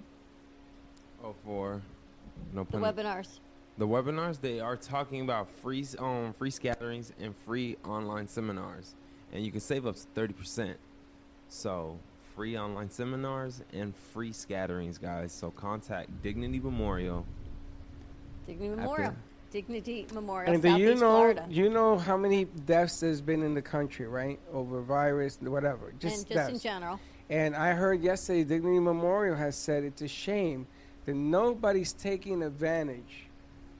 S7: Oh, for no
S2: The
S7: pun.
S2: webinars.
S7: the webinars they are talking about free s- um free scatterings and free online seminars, and you can save up to thirty percent. So free online seminars and free scatterings, guys. So contact Dignity Memorial.
S2: Dignity Memorial.
S7: After-
S2: Dignity Memorial,
S1: And do
S2: Southeast
S1: you know
S2: Florida.
S1: you know how many deaths there's been in the country, right? Over virus, whatever. Just
S2: and just
S1: deaths.
S2: in general.
S1: And I heard yesterday Dignity Memorial has said it's a shame that nobody's taking advantage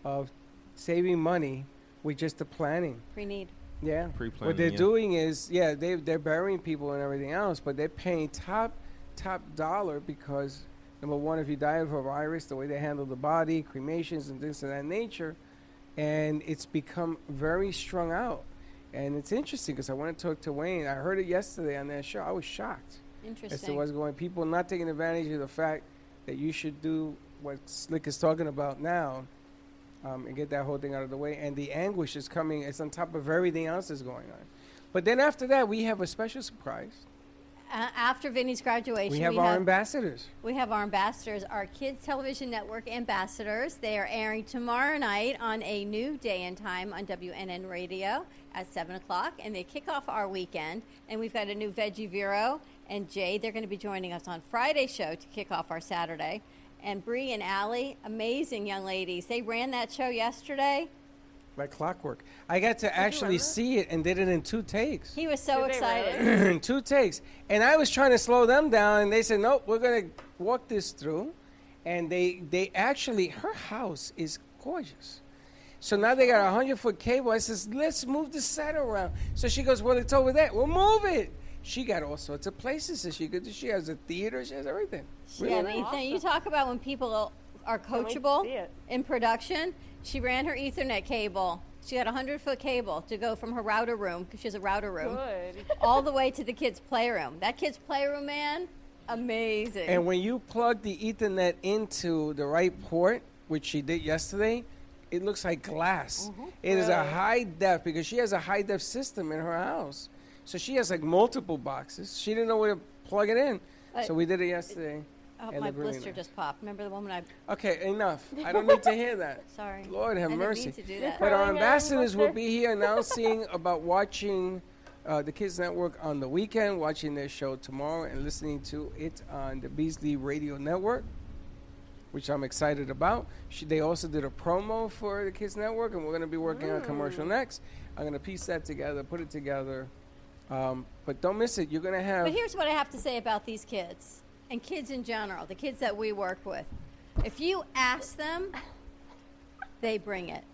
S1: of saving money with just the planning.
S2: Free need.
S1: Yeah.
S7: Pre-planning,
S1: What they're
S7: yeah.
S1: doing is, yeah, they they're burying people and everything else, but they're paying top top dollar because number one, if you die of a virus, the way they handle the body, cremations and things of that nature, and it's become very strung out. And it's interesting because I want to talk to Wayne. I heard it yesterday on their show. I was shocked as to
S2: Interesting.
S1: what's going. People not taking advantage of the fact that you should do what Slick is talking about now, um, and get that whole thing out of the way. And the anguish is coming. It's on top of everything else that's going on. But then after that, we have a special surprise.
S2: A- after Vinny's graduation,
S1: We have our ambassadors.
S2: We have our ambassadors, our Kids Television Network ambassadors. They are airing tomorrow night on a new day and time on WNN Radio at 7 o'clock, and they kick off our weekend. And we've got a new Veggie Vero and Jay. They're going to be joining us on Friday's show to kick off our Saturday. And Bree and Allie, amazing young ladies. They ran that show yesterday.
S1: Like clockwork. I got to actually see it and did it in two takes.
S2: He was so
S6: Did they
S2: excited.
S1: two takes. And I was trying to slow them down, and they said, "Nope, we're gonna walk this through." And they they actually her house is gorgeous. So now they got a hundred foot cable. I says, "Let's move the set around." So she goes, "Well, it's over there. We'll move it." She got all sorts of places that she could. do. She has a theater. She has everything. Really
S2: yeah,
S1: nice.
S2: but Ethan, you talk about when people are
S4: wait to see
S2: coachable
S4: it.
S2: in production. She ran her Ethernet cable. She had a hundred foot cable to go from her router room because she has a router room
S6: Good.
S2: all the way to the kids' playroom. That kids' playroom, man, amazing.
S1: And when you plug the Ethernet into the right port, which she did yesterday, it looks like glass.
S2: Mm-hmm.
S1: It is a high def because she has a high def system in her house. So she has like multiple boxes. She didn't know where to plug it in.
S2: But-
S1: so we did it yesterday.
S2: oh,
S1: and
S2: my
S1: it looked really
S2: blister
S1: nice.
S2: just popped. Remember the woman I?
S1: Okay, enough. I don't need to hear that.
S2: Sorry.
S1: Lord
S2: I
S1: have
S2: didn't mean
S1: mercy.
S2: to do that.
S1: But our
S4: Throwing it in,
S1: ambassadors will
S4: Lester.
S1: be here announcing about watching uh, the Kids Network on the weekend, watching their show tomorrow, and listening to it on the Beasley Radio Network, which I'm excited about. She, they also did a promo for the Kids Network, and we're going to be working on commercial next. I'm going to piece that together, put it together. Um, but don't miss it. You're going to have.
S2: But here's what I have to say about these kids and kids in general, the kids that we work with. If you ask them, they bring it.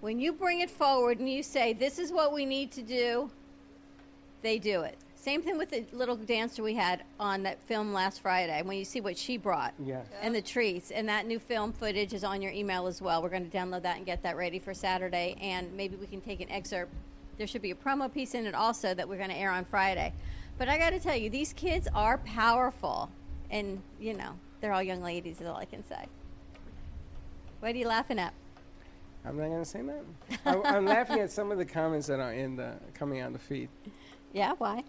S2: When you bring it forward and you say, this is what we need to do, they do it. Same thing with the little dancer we had on that film last Friday when you see what she brought
S1: Yeah.
S2: and the treats. And that new film footage is on your email as well. We're going to download that and get that ready for Saturday. And maybe we can take an excerpt. There should be a promo piece in it also that we're going to air on Friday. But I got to tell you, these kids are powerful. And, you know, they're all young ladies, is all I can say. What are you laughing at?
S1: I'm not going to say nothing. I, I'm laughing at some of the comments that are in the coming on the feed.
S2: Yeah, why?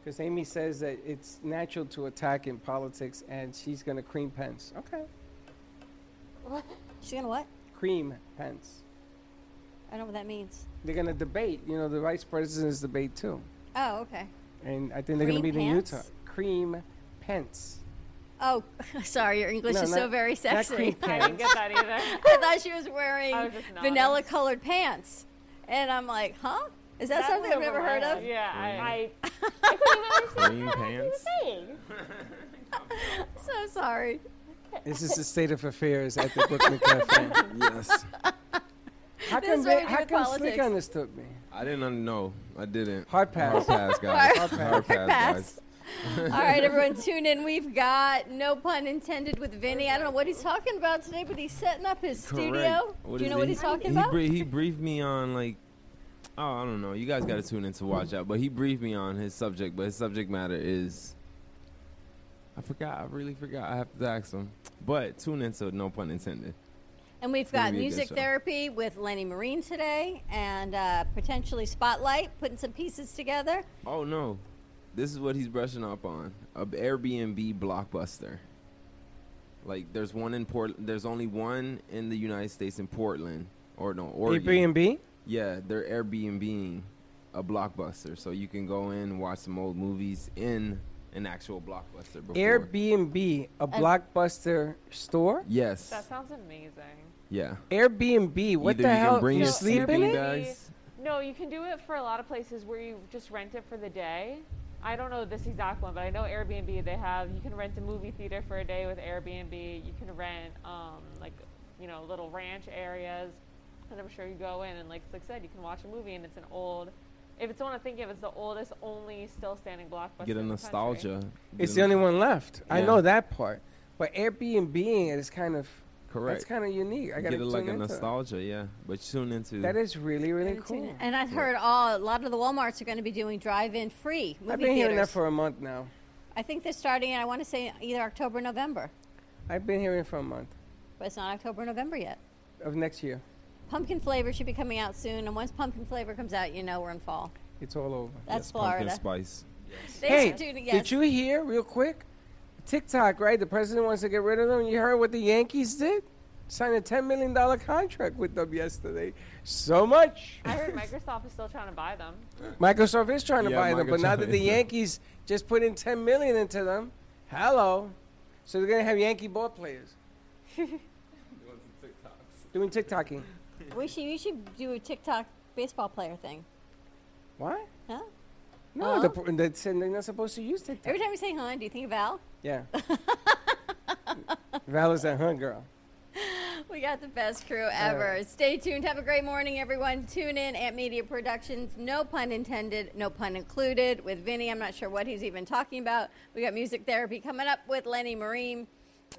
S1: Because Amy says that it's natural to attack in politics, and she's going to cream Pence. Okay.
S2: She's going to what?
S1: Cream Pence.
S2: I don't know what that means.
S1: They're going to debate. You know, the vice president's debate, too.
S2: Oh, okay.
S1: And I think they're going to
S2: Cream
S1: meet in
S2: pants?
S1: Utah. Cream Pence.
S2: Oh, sorry, your English
S1: No,
S2: is so
S1: not-
S2: very
S1: Not
S2: sexy.
S1: cream
S6: I didn't
S1: pants.
S6: get that either.
S2: I thought she was wearing
S6: I was just nodding.
S2: vanilla colored pants. And I'm like, huh? Is that, something
S4: went
S2: I've never
S4: over my
S2: heard of?
S4: head. Yeah, I, I
S7: Green pants.
S4: saying.
S2: So sorry.
S1: this is the state of affairs at the Brooklyn Cafe.
S7: Yes.
S1: How
S2: This
S1: come,
S2: is what
S1: they,
S2: we do
S1: how
S2: with
S1: come
S2: politics.
S1: Slick understood me?
S7: I didn't un- know. I didn't.
S1: Hard
S7: Hard
S1: pass.
S7: pass, guys.
S2: Hard-
S7: Hard pass, guys.
S2: All right, everyone, tune in. We've got no pun intended with Vinny. I don't know what he's talking about today, but he's setting up his studio.
S7: Correct. What
S2: Do you
S7: is
S2: know
S7: it?
S2: what
S7: He-
S2: he's talking
S7: he
S2: about?
S7: brie- he briefed me on like, oh, I don't know. You guys got to tune in to watch out. But he briefed me on his subject. But his subject matter is, I forgot. I really forgot. I have to ask him. But tune in to no pun intended.
S2: And we've got
S7: gonna be a good
S2: music
S7: show.
S2: therapy with Lenny Marine today, and uh, potentially Spotlight, putting some pieces together.
S7: Oh no, this is what he's brushing up on: a Airbnb blockbuster. Like, there's one in Port. There's only one in the United States in Portland, or no, Oregon.
S1: Airbnb?
S7: Yeah, they're Airbnb a blockbuster, so you can go in and watch some old movies in an actual blockbuster. Before.
S1: Airbnb,
S2: Uh,
S1: a blockbuster store?
S7: Yes.
S6: That sounds amazing.
S7: Yeah.
S1: Airbnb, what
S7: Either
S1: the
S7: you
S1: hell?
S7: can bring
S1: you
S7: your
S1: sleep in
S7: sleeping
S1: it?
S7: bags.
S6: No, you can do it for a lot of places where you just rent it for the day. I don't know this exact one, but I know Airbnb they have. You can rent a movie theater for a day with Airbnb. You can rent um, like you know little ranch areas, and I'm sure you go in and like Slick said, you can watch a movie and it's an old. If it's the one I think of, it's the oldest only still standing blockbuster.
S7: Get a
S6: in the
S7: nostalgia.
S6: country.
S7: Get
S1: It's
S7: a-
S1: the only one left. I
S7: Yeah.
S1: know that part. But Airbnb is kind of
S7: Correct.
S1: That's kind of unique. I got to
S7: Get it
S1: tune
S7: like a
S1: into it.
S7: nostalgia, yeah. But tune into
S1: That is really, really
S2: Gotta tune
S1: cool.
S2: in. And I've heard all a lot of the WalMarts are going to be doing drive-in free movie
S1: I've been hearing that
S2: theaters.
S1: for a month now.
S2: I think they're starting. I want to say either October, or November,
S1: I've been hearing for a month
S2: but it's not October, or November yet.
S1: of next year.
S2: Pumpkin flavor should be coming out soon, and once pumpkin flavor comes out, you know we're in fall.
S1: It's all over.
S2: That's
S7: yes, pumpkin
S2: Florida.
S7: spice.
S2: They
S1: hey,
S2: should do yes.
S1: did you hear real quick? TikTok, right? The president wants to get rid of them. You heard what the Yankees did? Signed a ten million dollar contract with them yesterday. So much.
S6: I heard Microsoft is still trying to buy them.
S1: Microsoft is trying to
S7: Yeah,
S1: buy them, but now that the
S7: Microsoft is.
S1: Yankees just put in ten million into them, hello. So they're gonna have Yankee ball players doing TikToking.
S2: We should you should do a TikTok baseball player thing.
S1: What?
S2: Huh?
S1: No,
S2: Huh?
S1: the, pr- they said they're not supposed to use TikTok.
S2: Every time you say "huh," do you think of Val?
S1: Yeah. Val is that huh girl.
S2: We got the best crew ever.
S1: right.
S2: Stay tuned. Have a great morning, everyone. Tune in at Media Productions. No pun intended, no pun included. With Vinny, I'm not sure what he's even talking about. We got music therapy coming up with Lenny Marine,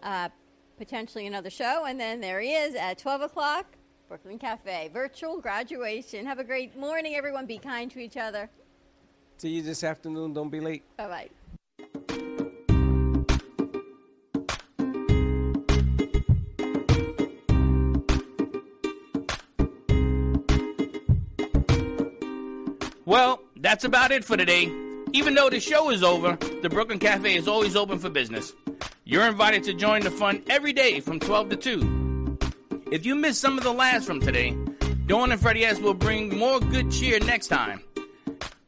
S2: uh, potentially another show, and then there he is at 12 o'clock, Brooklyn Cafe, virtual graduation. Have a great morning, everyone. Be kind to each other.
S1: See you this afternoon. Don't be late.
S2: Bye bye.
S9: Well, that's about it for today. Even though the show is over, the Brooklyn Cafe is always open for business. You're invited to join the fun every day from 12 to 2. If you missed some of the laughs from today, Dawn and Freddie S will bring more good cheer next time.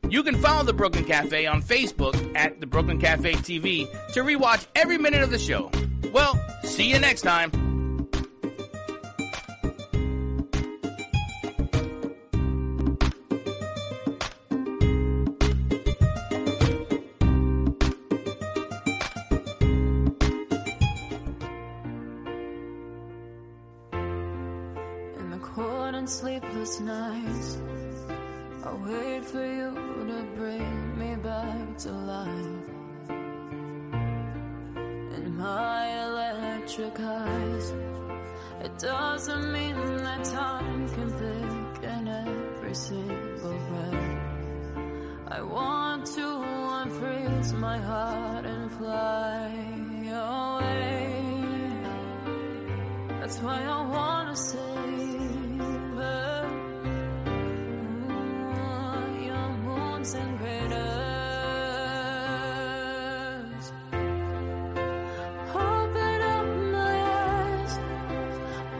S9: You can follow the Brooklyn Cafe on Facebook at the Brooklyn Cafe TV to rewatch every minute of the show. Well, see you next time.
S10: In the cold and sleepless nights, I wait for you to bring me back to life. In my electric eyes, it doesn't mean that time can pick in every single breath. I want to unfreeze my heart and fly away. That's why I wanna savor Ooh, your moons and craters. Open up my eyes,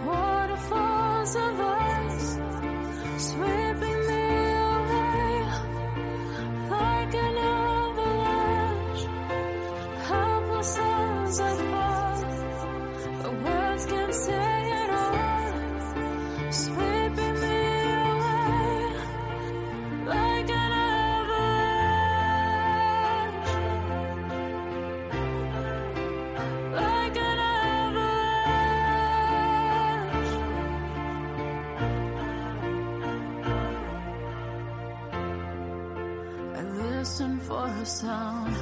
S10: waterfalls of ice sweeping me away like an avalanche. Helpless as I fall. The words can't say it all, sweeping me away like an avalanche, like an avalanche. I listen for a sound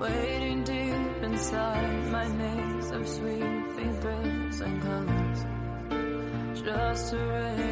S10: waiting deep inside my maze of sweeping breaths and colors. Just a ray